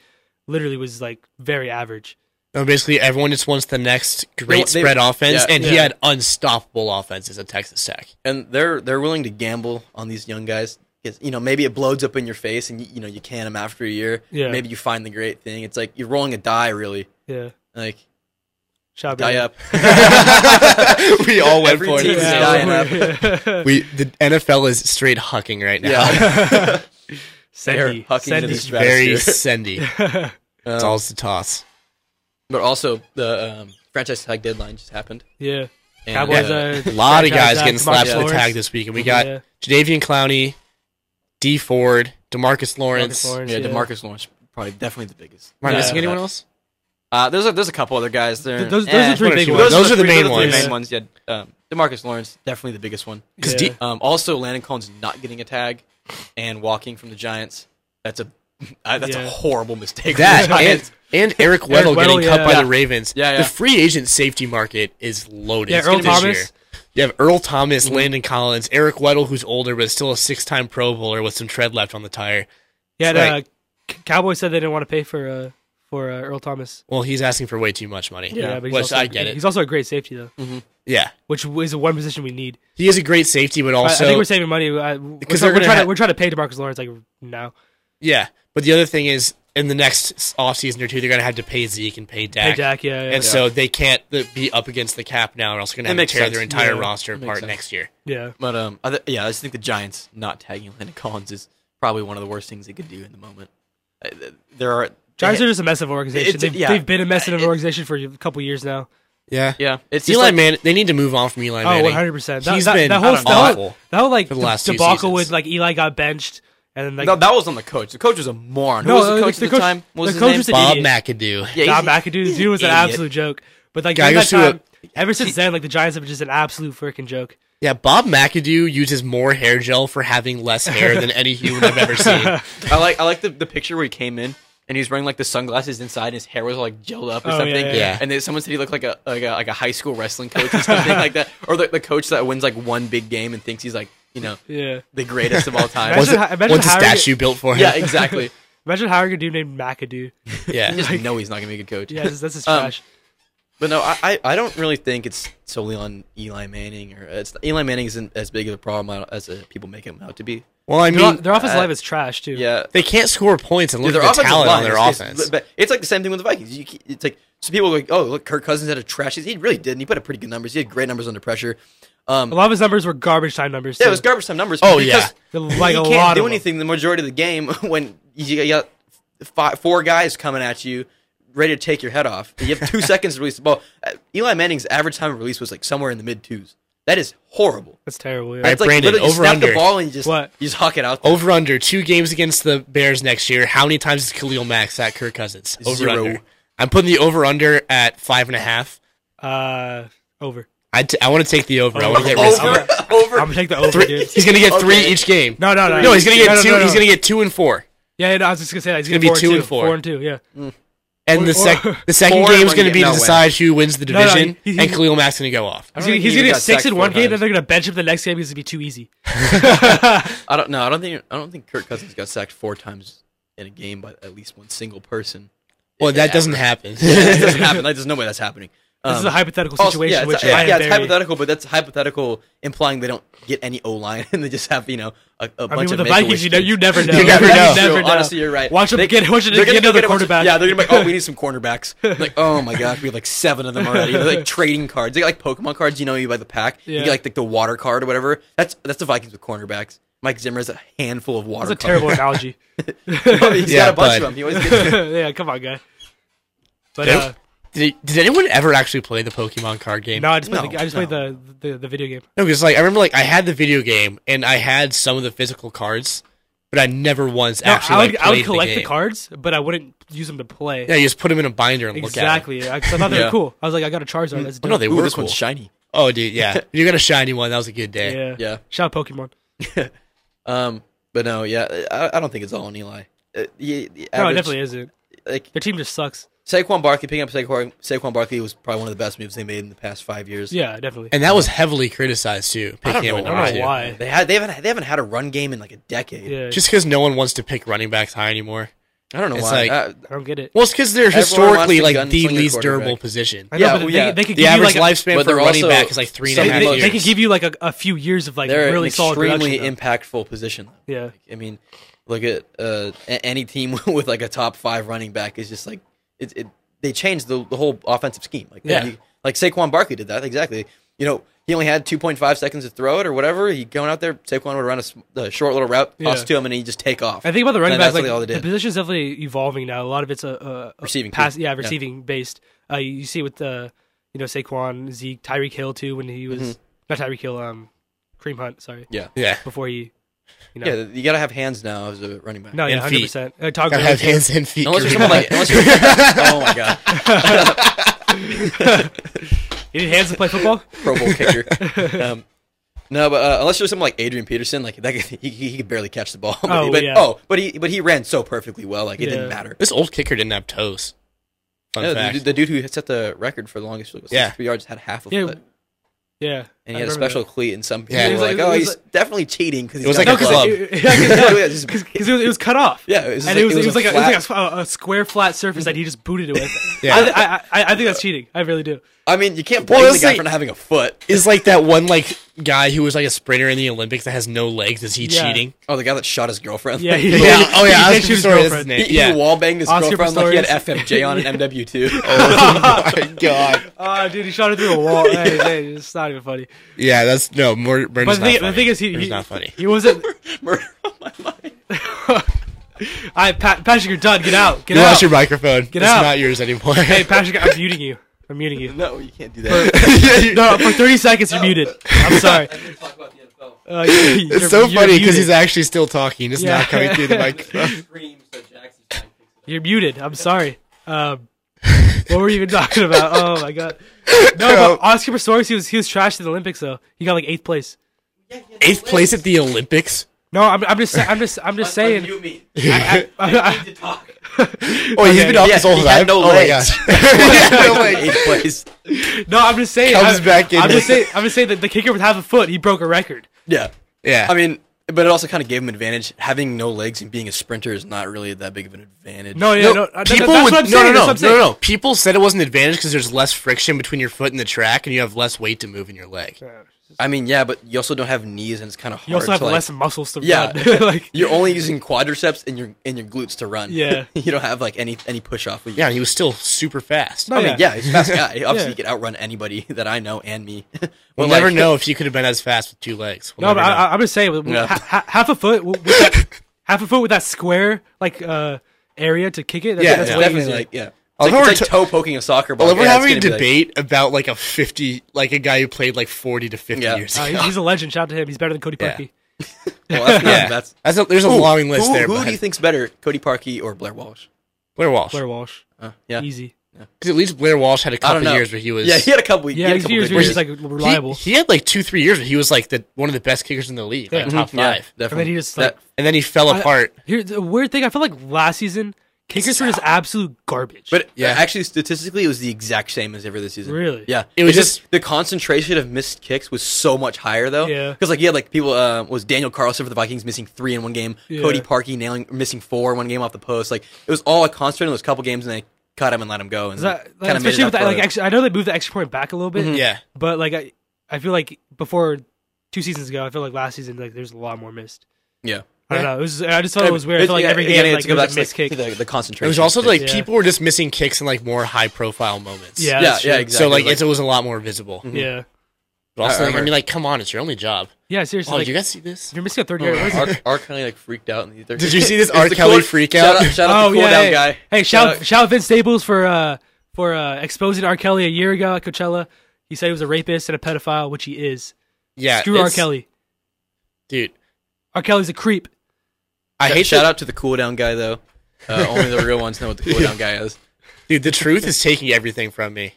Speaker 1: literally was like very average,
Speaker 2: No, basically everyone just wants the next great
Speaker 3: They-
Speaker 2: spread offense,
Speaker 3: yeah.
Speaker 2: and he
Speaker 1: Yeah.
Speaker 2: had unstoppable offenses at Texas Tech.
Speaker 3: And they're they're willing to gamble on these young guys. 'Cause, You know, maybe it blows up in your face, and you, you know you can them after a year.
Speaker 1: Yeah.
Speaker 3: Maybe you find the great thing. It's like you're rolling a die, really.
Speaker 1: yeah,
Speaker 3: Like
Speaker 1: shout
Speaker 3: die up.
Speaker 2: we all went
Speaker 3: Every
Speaker 2: for
Speaker 3: team
Speaker 2: it.
Speaker 3: is dying up.
Speaker 2: We the NFL is straight hucking right now.
Speaker 3: They're
Speaker 1: Sendy,
Speaker 3: hucking into the
Speaker 1: Sendy.
Speaker 2: Very
Speaker 3: stratosphere.
Speaker 2: sendy. it's all the toss.
Speaker 3: But also the um, franchise tag deadline just happened.
Speaker 1: yeah,
Speaker 3: And,
Speaker 1: Cowboys
Speaker 3: uh,
Speaker 1: are
Speaker 2: A lot of
Speaker 1: franchise
Speaker 2: guys getting
Speaker 1: tag,
Speaker 2: slapped
Speaker 1: Demarcus
Speaker 2: with the
Speaker 1: Lawrence.
Speaker 2: tag this week, and we got
Speaker 1: Yeah.
Speaker 2: Jadavian Clowney, D Ford, Demarcus Lawrence.
Speaker 1: Marcus Lawrence,
Speaker 3: yeah, DeMarcus Lawrence probably definitely the biggest.
Speaker 2: Am I
Speaker 1: Yeah.
Speaker 2: missing anyone else?
Speaker 3: Uh, there's a, there's a couple other guys. There,
Speaker 1: Th- those- those
Speaker 3: eh.
Speaker 1: are three big
Speaker 2: Those
Speaker 1: ones.
Speaker 2: are the
Speaker 3: three-
Speaker 2: main
Speaker 3: those are the
Speaker 2: ones.
Speaker 3: main ones. Yeah, um, Demarcus Lawrence definitely the biggest one.
Speaker 2: 'Cause
Speaker 1: Yeah.
Speaker 2: D-
Speaker 3: Um, also, Landon Collins not getting a tag and walking from the Giants. That's a uh, that's
Speaker 1: Yeah.
Speaker 3: a horrible mistake. for
Speaker 2: that
Speaker 3: the Giants.
Speaker 2: and, and Eric Weddle getting
Speaker 1: Weddle,
Speaker 2: cut by
Speaker 1: yeah.
Speaker 2: the Ravens.
Speaker 3: Yeah, yeah.
Speaker 2: The free agent safety market is loaded.
Speaker 1: Yeah,
Speaker 2: It's
Speaker 1: Earl
Speaker 2: gonna be
Speaker 1: Thomas.
Speaker 2: this year. You have Earl Thomas,
Speaker 3: Mm-hmm.
Speaker 2: Landon Collins, Eric Weddle, who's older but still a six-time Pro Bowler with some tread left on the tire.
Speaker 1: Yeah, and,
Speaker 2: Right.
Speaker 1: uh, C- Cowboys said they didn't want to pay for uh, for uh, Earl Thomas.
Speaker 2: Well, he's asking for way too much money.
Speaker 1: but he's
Speaker 2: which
Speaker 1: also-
Speaker 2: I get it.
Speaker 1: He's also a great safety though,
Speaker 2: Yeah,
Speaker 1: which is one position we need.
Speaker 2: he is a great safety, but
Speaker 1: I-
Speaker 2: also
Speaker 1: I think we're saving money because
Speaker 2: they're
Speaker 1: we're,
Speaker 2: gonna
Speaker 1: trying
Speaker 2: ha-
Speaker 1: to we're trying to pay Demarcus Lawrence like now.
Speaker 2: yeah. But the other thing is, in the next offseason or two, they're gonna have to pay Zeke and pay Dak.
Speaker 1: Hey Jack, yeah, yeah,
Speaker 2: And so they can't th- be up against the cap now, or else they're going
Speaker 3: That
Speaker 2: to have
Speaker 3: makes
Speaker 2: to tear
Speaker 3: sense.
Speaker 2: their entire
Speaker 1: Yeah.
Speaker 2: roster
Speaker 3: Makes
Speaker 2: apart
Speaker 3: sense.
Speaker 2: next year.
Speaker 1: yeah.
Speaker 3: but um, I th- yeah, I just think the Giants not tagging Landon Collins is probably one of the worst things they could do in the moment. Uh, th- There are
Speaker 1: Giants are just a mess of an organization.
Speaker 3: It's-
Speaker 1: they've,
Speaker 3: yeah.
Speaker 1: they've been a mess of an
Speaker 3: It-
Speaker 1: organization for a couple years now.
Speaker 2: Yeah,
Speaker 3: yeah, it's just
Speaker 2: Eli
Speaker 3: like-
Speaker 2: Man, they need to move on from Eli
Speaker 1: Oh,
Speaker 2: Manning.
Speaker 1: 100 percent. That,
Speaker 2: He's
Speaker 1: that,
Speaker 2: been
Speaker 1: that whole,
Speaker 2: awful.
Speaker 1: that whole, that whole like
Speaker 2: for the last two
Speaker 1: debacle
Speaker 2: seasons.
Speaker 1: with like Eli got benched and then like
Speaker 3: No, that was on the coach. The coach was a moron. Who
Speaker 1: No,
Speaker 3: was the
Speaker 1: uh,
Speaker 3: coach
Speaker 1: the
Speaker 3: at the
Speaker 1: coach-
Speaker 3: time? What was
Speaker 1: the
Speaker 3: his
Speaker 1: coach
Speaker 3: name?
Speaker 1: was an
Speaker 2: Bob
Speaker 1: idiot.
Speaker 2: McAdoo.
Speaker 3: Yeah,
Speaker 1: Don
Speaker 3: he's-
Speaker 1: McAdoo,
Speaker 3: he's
Speaker 1: the dude was an
Speaker 3: idiot.
Speaker 1: absolute joke. But like
Speaker 2: Guy
Speaker 1: during that
Speaker 2: goes through
Speaker 1: time, ever since then, like the Giants have just an absolute freaking joke.
Speaker 2: Yeah, Bob McAdoo uses more hair gel for having less hair than any human I've ever seen.
Speaker 3: I like I like the, the picture where he came in and he was wearing like the sunglasses inside and his hair was like gelled up or
Speaker 1: Oh,
Speaker 3: something.
Speaker 1: yeah, yeah,
Speaker 2: yeah.
Speaker 3: And then someone said he looked like a like a, like a high school wrestling coach or something like that. Or the, the coach that wins like one big game and thinks he's like, you know,
Speaker 1: Yeah.
Speaker 3: the greatest of all time.
Speaker 2: Once,
Speaker 1: Imagine
Speaker 2: it,
Speaker 1: how- imagine
Speaker 2: once a
Speaker 1: hiring-
Speaker 2: statue built for him.
Speaker 3: yeah, exactly.
Speaker 1: Imagine hiring a dude named McAdoo.
Speaker 3: You
Speaker 2: yeah.
Speaker 3: just know he's not gonna be a good coach.
Speaker 1: Yeah, that's, that's just
Speaker 3: Um,
Speaker 1: trash.
Speaker 3: But no, I, I, I don't really think it's solely on Eli Manning or it's Eli Manning isn't as big of a problem as uh, people make him out to be.
Speaker 2: Well, I
Speaker 1: Their,
Speaker 2: mean,
Speaker 1: their offensive
Speaker 3: uh,
Speaker 1: line is trash too.
Speaker 3: Yeah.
Speaker 2: they can't score points and
Speaker 3: Dude,
Speaker 2: look
Speaker 3: their
Speaker 2: at the
Speaker 3: offensive
Speaker 2: talent on
Speaker 3: line
Speaker 2: their
Speaker 3: is- is-
Speaker 2: offense.
Speaker 3: but it's like the same thing with the Vikings. You, ke- it's like so people are like, oh, look, Kirk Cousins had a trash. season. He really did, and he put up pretty good numbers. He had great numbers under pressure. Um,
Speaker 1: A lot of his numbers were garbage time numbers.
Speaker 3: yeah,
Speaker 1: too.
Speaker 3: it was garbage time numbers.
Speaker 2: Oh,
Speaker 3: because
Speaker 1: yeah. Like
Speaker 3: you
Speaker 1: a
Speaker 3: can't
Speaker 1: lot
Speaker 3: do
Speaker 1: of them.
Speaker 3: anything the majority of the game when you got five, four guys coming at you, ready to take your head off. You have two seconds to release the ball. Uh, Eli Manning's average time of release was like somewhere in the mid twos. That is horrible.
Speaker 1: That's terrible. Yeah.
Speaker 2: Right,
Speaker 3: It's like
Speaker 2: Brandon,
Speaker 3: literally you
Speaker 2: over
Speaker 3: snap
Speaker 2: under.
Speaker 3: the ball and you just
Speaker 1: What?
Speaker 3: you just huck it out. There.
Speaker 2: Over under two games against the Bears next year. How many times is Khalil Mack sack Kirk Cousins? Over
Speaker 3: Zero.
Speaker 2: under. I'm putting the over under at five and a half.
Speaker 1: Uh, over.
Speaker 2: I, t- I want to take the over. I want to get risky.
Speaker 3: Oh, Over, over.
Speaker 1: I'm gonna take the over,
Speaker 2: Three,
Speaker 1: dude.
Speaker 2: he's gonna get three
Speaker 3: Okay.
Speaker 2: each game.
Speaker 1: No, no, no.
Speaker 2: no, he's gonna
Speaker 1: No,
Speaker 2: get
Speaker 1: no,
Speaker 2: two.
Speaker 1: no, no.
Speaker 2: He's gonna get two and four.
Speaker 1: Yeah, yeah, no, I was just gonna say that. He's
Speaker 2: gonna
Speaker 1: gonna
Speaker 2: be
Speaker 1: four and
Speaker 2: two and four.
Speaker 1: Four and two. Yeah.
Speaker 2: And
Speaker 1: Or-
Speaker 2: the sec-
Speaker 1: or-
Speaker 2: the second
Speaker 3: Four
Speaker 2: game
Speaker 3: and
Speaker 2: is
Speaker 3: one
Speaker 2: going to
Speaker 3: game,
Speaker 2: be to
Speaker 3: no way.
Speaker 2: decide who wins the
Speaker 1: No, no,
Speaker 2: division,
Speaker 1: he- he-
Speaker 2: and Khalil Mack's going to go off.
Speaker 1: He's
Speaker 3: don't
Speaker 1: gonna,
Speaker 3: think
Speaker 1: he's
Speaker 3: he
Speaker 1: gonna
Speaker 3: got
Speaker 1: get six
Speaker 3: sacked
Speaker 1: in
Speaker 3: four
Speaker 1: one game, then
Speaker 3: times.
Speaker 1: they're gonna bench him the next game because it'd be too easy.
Speaker 3: I don't know. I don't think I don't think Kirk Cousins got sacked four times in a game by at least one single person.
Speaker 2: Well,
Speaker 3: It-
Speaker 2: that
Speaker 3: it
Speaker 2: doesn't
Speaker 3: happened.
Speaker 2: happen.
Speaker 3: It doesn't happen. Like, there's no way that's happening.
Speaker 1: This is
Speaker 3: Um,
Speaker 1: a hypothetical
Speaker 3: also-
Speaker 1: situation,
Speaker 3: yeah, it's,
Speaker 1: which
Speaker 3: yeah,
Speaker 1: I
Speaker 3: yeah,
Speaker 1: am
Speaker 3: it's
Speaker 1: very-
Speaker 3: hypothetical, but that's hypothetical, implying they don't get any O line and they just have you know a, a
Speaker 1: I mean,
Speaker 3: bunch
Speaker 1: with the
Speaker 3: of make-a-wish
Speaker 1: Vikings, you know,
Speaker 3: kids.
Speaker 1: you never know.
Speaker 2: You never know.
Speaker 1: never
Speaker 3: True, Honestly, you're right.
Speaker 1: Watch them get, watch them
Speaker 3: they're
Speaker 1: get
Speaker 3: gonna go
Speaker 1: another
Speaker 3: get a bunch of-
Speaker 1: quarterback.
Speaker 3: yeah, they're gonna be like, oh, we need some cornerbacks. like, oh my gosh, we have like seven of them already. They're like trading cards. They got like Pokemon cards. You know, you buy the pack. You
Speaker 1: Yeah.
Speaker 3: get like the, the water card or whatever. That's that's the Vikings with cornerbacks. Mike Zimmer has a handful of water.
Speaker 1: That's a
Speaker 3: cards.
Speaker 1: terrible analogy.
Speaker 3: He's
Speaker 2: Yeah,
Speaker 3: got a bunch
Speaker 2: bud.
Speaker 3: of them. He always gets
Speaker 1: yeah, come on, guy. But
Speaker 2: Nope.
Speaker 1: uh,
Speaker 2: did, did anyone ever actually play the Pokemon card game?
Speaker 1: no, I just played,
Speaker 3: No,
Speaker 1: the, I just
Speaker 3: no.
Speaker 1: played the, the the video game.
Speaker 2: No, because like I remember, like I had the video game and I had some of the physical cards, but I never once
Speaker 1: No,
Speaker 2: actually
Speaker 1: I would
Speaker 2: like,
Speaker 1: I
Speaker 2: played
Speaker 1: would collect the,
Speaker 2: the, game.
Speaker 1: cards, but I wouldn't use them to play.
Speaker 2: Yeah, you just put them in a binder and
Speaker 1: exactly. I, 'cause I thought they were
Speaker 3: Yeah.
Speaker 1: cool. I was like, I got a Charizard. That's
Speaker 2: look at it. Oh, no,
Speaker 1: dope.
Speaker 2: they
Speaker 3: Ooh,
Speaker 2: were
Speaker 3: this
Speaker 2: cool.
Speaker 3: one's shiny.
Speaker 2: oh, dude, yeah, you got a shiny one. That was a good day.
Speaker 1: yeah.
Speaker 3: Yeah.
Speaker 1: Shout out Pokemon.
Speaker 3: Um, but no, yeah, I, I don't think it's all on Eli. Uh, yeah, the
Speaker 1: No, it
Speaker 3: average-
Speaker 1: definitely isn't.
Speaker 3: Like
Speaker 1: Their team just sucks.
Speaker 3: Saquon Barkley picking up Saquon, Saquon Barkley was probably one of the best moves they made in the past five years.
Speaker 1: Yeah, definitely.
Speaker 2: And that was heavily criticized too. Picking
Speaker 3: know
Speaker 2: up
Speaker 1: I don't
Speaker 2: too.
Speaker 1: know why.
Speaker 3: They had they haven't they haven't had a run game in like a decade.
Speaker 1: Yeah,
Speaker 2: Just because no one wants to pick running backs high anymore.
Speaker 3: I don't know
Speaker 2: It's
Speaker 3: why.
Speaker 2: like-
Speaker 3: Uh,
Speaker 1: I don't get it.
Speaker 2: Well, it's because they're
Speaker 3: wants
Speaker 2: historically
Speaker 3: to
Speaker 2: like
Speaker 3: gun
Speaker 2: the
Speaker 3: sling their
Speaker 2: least durable
Speaker 3: quarterback.
Speaker 2: position.
Speaker 1: I know,
Speaker 3: yeah,
Speaker 1: but
Speaker 3: well,
Speaker 1: they,
Speaker 3: yeah.
Speaker 1: they could
Speaker 2: The
Speaker 1: give you like
Speaker 2: average
Speaker 1: a-
Speaker 2: lifespan
Speaker 3: but
Speaker 2: for a
Speaker 3: they're
Speaker 2: running
Speaker 3: also-
Speaker 2: back is like three and
Speaker 1: they,
Speaker 2: a
Speaker 3: some
Speaker 2: half
Speaker 1: they-
Speaker 3: people-
Speaker 1: they
Speaker 2: years.
Speaker 1: could give you like a, a few years of like
Speaker 3: they're
Speaker 1: really
Speaker 3: an
Speaker 1: solid
Speaker 3: extremely
Speaker 1: production.
Speaker 3: impactful position.
Speaker 1: though. yeah,
Speaker 3: I mean, look at uh, a- any team with like a top five running back is just like it. it they changed the, the whole offensive scheme. Like
Speaker 2: Yeah.
Speaker 3: you- like Saquon Barkley did that exactly. You know, he only had 2.5 seconds to throw it or whatever. He going out there, Saquon would run a, s- a short little route, toss
Speaker 1: Yeah.
Speaker 3: to him, and he just take off.
Speaker 1: I think about the running
Speaker 3: And
Speaker 1: back.
Speaker 3: that's
Speaker 1: Like
Speaker 3: really all they
Speaker 1: the
Speaker 3: did.
Speaker 1: position's definitely evolving now. A lot of it's a, a, a
Speaker 3: Receiving,
Speaker 1: pass,
Speaker 3: too.
Speaker 1: yeah,
Speaker 3: Yeah.
Speaker 1: receiving based. Uh, you, you see with the you know Saquon, Zeke, Tyreek Hill too when he was not Tyreek Hill, um, Cream Hunt. Sorry,
Speaker 3: Mm-hmm. yeah,
Speaker 2: yeah.
Speaker 1: before he, you know,
Speaker 3: yeah. You gotta have hands now as a running back.
Speaker 1: no, yeah,
Speaker 2: and
Speaker 1: hundred
Speaker 2: feet.
Speaker 1: percent. Uh, Todd
Speaker 2: Gotta
Speaker 1: Gurley,
Speaker 2: have
Speaker 1: too.
Speaker 2: hands and feet.
Speaker 3: Unless you're
Speaker 2: Kareem.
Speaker 3: someone like, unless you're, oh my god,
Speaker 1: You need hands to play football.
Speaker 3: Pro Bowl kicker. Um, no, but uh, unless you're someone like Adrian Peterson, like that, guy- he, he he could barely catch the ball. But,
Speaker 1: Oh,
Speaker 3: but-
Speaker 1: yeah.
Speaker 3: oh, but he but he ran so perfectly well, like it
Speaker 1: Yeah.
Speaker 3: didn't matter.
Speaker 2: This old kicker didn't have toes. Fun
Speaker 3: No,
Speaker 2: fact.
Speaker 3: the, the dude who set the record for the longest field goal,
Speaker 2: Yeah.
Speaker 3: 63 yards, had half of
Speaker 1: Yeah,
Speaker 3: it,
Speaker 1: yeah,
Speaker 3: and
Speaker 1: I
Speaker 3: he had
Speaker 1: remember
Speaker 3: a special cleat. And some people
Speaker 2: Yeah. It
Speaker 3: were
Speaker 2: was
Speaker 3: like,
Speaker 1: like- it
Speaker 3: "Oh,
Speaker 1: was
Speaker 3: he's definitely cheating because
Speaker 2: It was like
Speaker 1: that.
Speaker 2: a
Speaker 1: No,
Speaker 2: glove.
Speaker 1: because it, was- it was cut off.
Speaker 3: Yeah, it was just
Speaker 1: and
Speaker 3: like-
Speaker 1: it was, it was, like, a, it
Speaker 3: flat-
Speaker 1: was like a, a square flat surface that he just booted it with.
Speaker 2: Yeah.
Speaker 1: I, I, I, I think that's cheating. I really do.
Speaker 3: I mean, you can't
Speaker 2: Well,
Speaker 3: blame
Speaker 2: it's
Speaker 3: the guy
Speaker 2: like-
Speaker 3: for not having a foot.
Speaker 2: Is like that one like guy who was like a sprinter in the Olympics that has no legs. Is he
Speaker 1: Yeah.
Speaker 2: cheating?
Speaker 3: Oh, the guy that shot his girlfriend.
Speaker 1: Yeah,
Speaker 3: he,
Speaker 1: he,
Speaker 2: Yeah. Oh yeah.
Speaker 1: he
Speaker 2: I was
Speaker 1: did shoot his
Speaker 2: sorry, that's his
Speaker 1: girlfriend.
Speaker 2: name.
Speaker 3: he
Speaker 2: Yeah.
Speaker 3: wall banged his
Speaker 1: Oscar
Speaker 3: girlfriend like he had
Speaker 1: Pistorius.
Speaker 3: FMJ on an MW2.
Speaker 2: Oh my god.
Speaker 1: Ah, dude, he shot it through a wall. Hey, hey, it's not even funny.
Speaker 2: Yeah. That's no. Mur-
Speaker 1: But
Speaker 2: Brennan's
Speaker 1: the
Speaker 2: not
Speaker 1: thing,
Speaker 2: funny.
Speaker 1: the thing is, he,
Speaker 2: Brennan's
Speaker 1: he,
Speaker 2: not funny.
Speaker 1: he wasn't.
Speaker 3: Murder on my mind.
Speaker 1: I Pat, Patrick, you're done. Get out. Get
Speaker 2: You
Speaker 1: out.
Speaker 2: lost your microphone. It's
Speaker 1: out.
Speaker 2: not yours anymore.
Speaker 1: Hey, Patrick, I'm muting you. I'm muting you.
Speaker 3: No, you can't do that.
Speaker 1: No, for 30 seconds you're muted. I'm sorry. Uh, you're-
Speaker 2: it's so
Speaker 1: you're
Speaker 2: funny because
Speaker 1: muted.
Speaker 2: he's actually still talking. It's
Speaker 1: Yeah.
Speaker 2: not coming through the microphone.
Speaker 1: You're muted. I'm sorry. Um, what were you even talking about? Oh my god. No,
Speaker 2: No.
Speaker 1: but Oscar Pistorius, he was he was trashed in the Olympics though. He got like eighth place.
Speaker 2: Eighth place at the Olympics.
Speaker 1: No, I'm, I'm just sa- I'm just I'm just saying. I- I-
Speaker 2: Oh, he's
Speaker 1: Okay.
Speaker 2: been off
Speaker 3: Yeah,
Speaker 2: this whole
Speaker 3: he
Speaker 2: time.
Speaker 3: had no
Speaker 2: oh my
Speaker 3: legs.
Speaker 2: gosh. He had no legs.
Speaker 3: Eighth place.
Speaker 1: no, I'm just saying.
Speaker 2: Comes
Speaker 1: I'm,
Speaker 2: back in.
Speaker 1: I'm just saying. I'm just saying that the kicker with half a foot, he broke a record.
Speaker 3: Yeah.
Speaker 2: Yeah.
Speaker 3: I mean, but it also kind of gave him advantage. Having no legs and being a sprinter is not really that big of an advantage.
Speaker 1: No, yeah,
Speaker 2: No,
Speaker 1: no, no,
Speaker 2: people
Speaker 1: that's
Speaker 2: would
Speaker 1: what I'm
Speaker 2: no,
Speaker 1: saying, that's
Speaker 2: no, no,
Speaker 1: what I'm saying.
Speaker 2: no, no. People said it was an advantage because there's less friction between your foot and the track, and you have less weight to move in your leg.
Speaker 3: I mean, yeah, but you also don't have knees, and it's kind of hard.
Speaker 1: You also have
Speaker 3: to, like,
Speaker 1: less muscles to
Speaker 3: Yeah.
Speaker 1: run. like
Speaker 3: You're only using quadriceps and your and your glutes to run.
Speaker 1: Yeah.
Speaker 3: you don't have like any any push off.
Speaker 2: Yeah, he was still super fast.
Speaker 1: No,
Speaker 3: I mean,
Speaker 1: yeah.
Speaker 3: yeah, he's a fast guy. Obviously,
Speaker 1: Yeah.
Speaker 3: he could outrun anybody that I know and me. But,
Speaker 2: We'll
Speaker 3: like,
Speaker 2: never know if you could have been as fast with two legs. We'll
Speaker 1: no, but
Speaker 2: never know.
Speaker 1: I, I, I'm just saying, with- with
Speaker 3: Yeah.
Speaker 1: ha- ha- half a foot, with with that, half a foot with that square like uh area to kick it. That's,
Speaker 3: Yeah,
Speaker 1: that's
Speaker 3: it's
Speaker 1: way
Speaker 3: definitely
Speaker 1: easier.
Speaker 3: like yeah.
Speaker 2: I'll
Speaker 3: It's like,
Speaker 2: never
Speaker 3: it's like
Speaker 2: t-
Speaker 3: toe poking a soccer ball.
Speaker 2: well, we're
Speaker 3: Yeah, it's
Speaker 2: having a
Speaker 3: gonna be like-
Speaker 2: debate about like a fifty, like a guy who played like forty to fifty
Speaker 3: Yeah.
Speaker 2: years
Speaker 1: Uh,
Speaker 2: ago.
Speaker 1: he's, he's a legend. Shout out to him. He's better than Cody
Speaker 2: Yeah.
Speaker 1: Parkey.
Speaker 3: well, that's,
Speaker 2: yeah,
Speaker 3: not that's
Speaker 2: that's, a, there's a
Speaker 3: Ooh,
Speaker 2: long list
Speaker 3: who,
Speaker 2: there.
Speaker 3: Who
Speaker 2: but
Speaker 3: do you think's better, Cody Parkey or Blair Walsh?
Speaker 2: Blair Walsh.
Speaker 1: Blair Walsh,
Speaker 3: Uh, yeah,
Speaker 1: easy.
Speaker 2: Because at least Blair Walsh had a
Speaker 3: I
Speaker 2: couple
Speaker 3: don't know.
Speaker 2: years where he was.
Speaker 3: yeah, he had a couple. he
Speaker 1: Yeah,
Speaker 3: had a
Speaker 1: he's
Speaker 3: couple
Speaker 1: years
Speaker 3: good
Speaker 1: where he's
Speaker 3: years.
Speaker 1: like reliable,
Speaker 2: He, he had like two, three years where he was like the one of the best kickers in the league, like
Speaker 1: Yeah.
Speaker 2: top
Speaker 3: Mhm, yeah,
Speaker 2: five.
Speaker 1: and then
Speaker 3: definitely.
Speaker 1: he just like
Speaker 3: That-
Speaker 2: And then he fell
Speaker 1: I-
Speaker 2: apart.
Speaker 3: Mm-hmm.
Speaker 1: Here's a weird thing. I feel like last season kickers were just absolute garbage.
Speaker 3: But yeah,
Speaker 2: Yeah.
Speaker 3: actually, statistically, it was the exact same as ever this season.
Speaker 1: Really?
Speaker 3: Yeah.
Speaker 2: It was
Speaker 3: It's
Speaker 2: just-
Speaker 3: the concentration of missed kicks was so much higher though.
Speaker 1: Yeah.
Speaker 3: Because like yeah, like people uh, was Daniel Carlson for the Vikings missing three in one game.
Speaker 1: Yeah.
Speaker 3: Cody Parkey nailing missing four in one game off the post. Like it was all a constant in those couple games, and they cut him and let him go. And
Speaker 1: Is that, like,
Speaker 3: kind of made it
Speaker 1: especially
Speaker 3: up
Speaker 1: with that,
Speaker 3: for Mm-hmm.
Speaker 1: like
Speaker 3: it.
Speaker 1: actually, I know they moved the extra point back a little bit.
Speaker 2: Yeah.
Speaker 1: But like I, I feel like before two seasons ago, I feel like last season like there's a lot more missed.
Speaker 3: yeah.
Speaker 1: I don't know. It was, I just felt it was weird. I
Speaker 3: It's-
Speaker 1: felt like
Speaker 3: yeah,
Speaker 1: every
Speaker 3: again,
Speaker 1: game
Speaker 3: it's
Speaker 1: like it
Speaker 3: to go
Speaker 1: was
Speaker 3: back
Speaker 1: a
Speaker 3: to, like,
Speaker 1: missed kick.
Speaker 3: the- The concentration.
Speaker 2: It was also
Speaker 3: of kicks.
Speaker 2: like
Speaker 1: Yeah.
Speaker 2: people were just missing kicks in like more high profile moments.
Speaker 1: Yeah, Mm-hmm.
Speaker 3: yeah,
Speaker 1: that's
Speaker 3: yeah,
Speaker 1: true.
Speaker 3: exactly.
Speaker 2: So like,
Speaker 3: Like,
Speaker 2: it's, it was a lot more visible.
Speaker 3: Mm-hmm.
Speaker 1: Yeah,
Speaker 2: But also,
Speaker 3: I
Speaker 2: like, I,
Speaker 3: remember-
Speaker 2: mean, like, come on, it's your only job.
Speaker 1: yeah. Seriously,
Speaker 2: Oh,
Speaker 1: like
Speaker 2: you guys see this?
Speaker 1: if you're missing a third
Speaker 3: R.
Speaker 1: yard. what is it?
Speaker 3: R. Kelly like freaked out. In the third-
Speaker 2: Did you see this
Speaker 3: It's
Speaker 2: R.
Speaker 3: the
Speaker 2: Kelly
Speaker 3: cool-
Speaker 2: freak
Speaker 3: shout
Speaker 2: out?
Speaker 3: Shout out
Speaker 1: Oh
Speaker 3: the cool
Speaker 1: yeah,
Speaker 3: down
Speaker 1: hey.
Speaker 3: guy.
Speaker 1: Hey, shout
Speaker 3: out-
Speaker 1: out, shout out Vince Staples for uh for uh exposing R. Kelly a year ago at Coachella. He said he was a rapist and a pedophile, which he is.
Speaker 2: Yeah,
Speaker 1: Screw R.
Speaker 2: it's-
Speaker 1: Kelly.
Speaker 2: dude.
Speaker 1: R. Kelly's a creep.
Speaker 2: I hate
Speaker 3: shout
Speaker 2: that.
Speaker 3: out to the cool down guy though. Uh, only the real ones know what the cool down guy is.
Speaker 2: Dude, the truth is taking everything from me.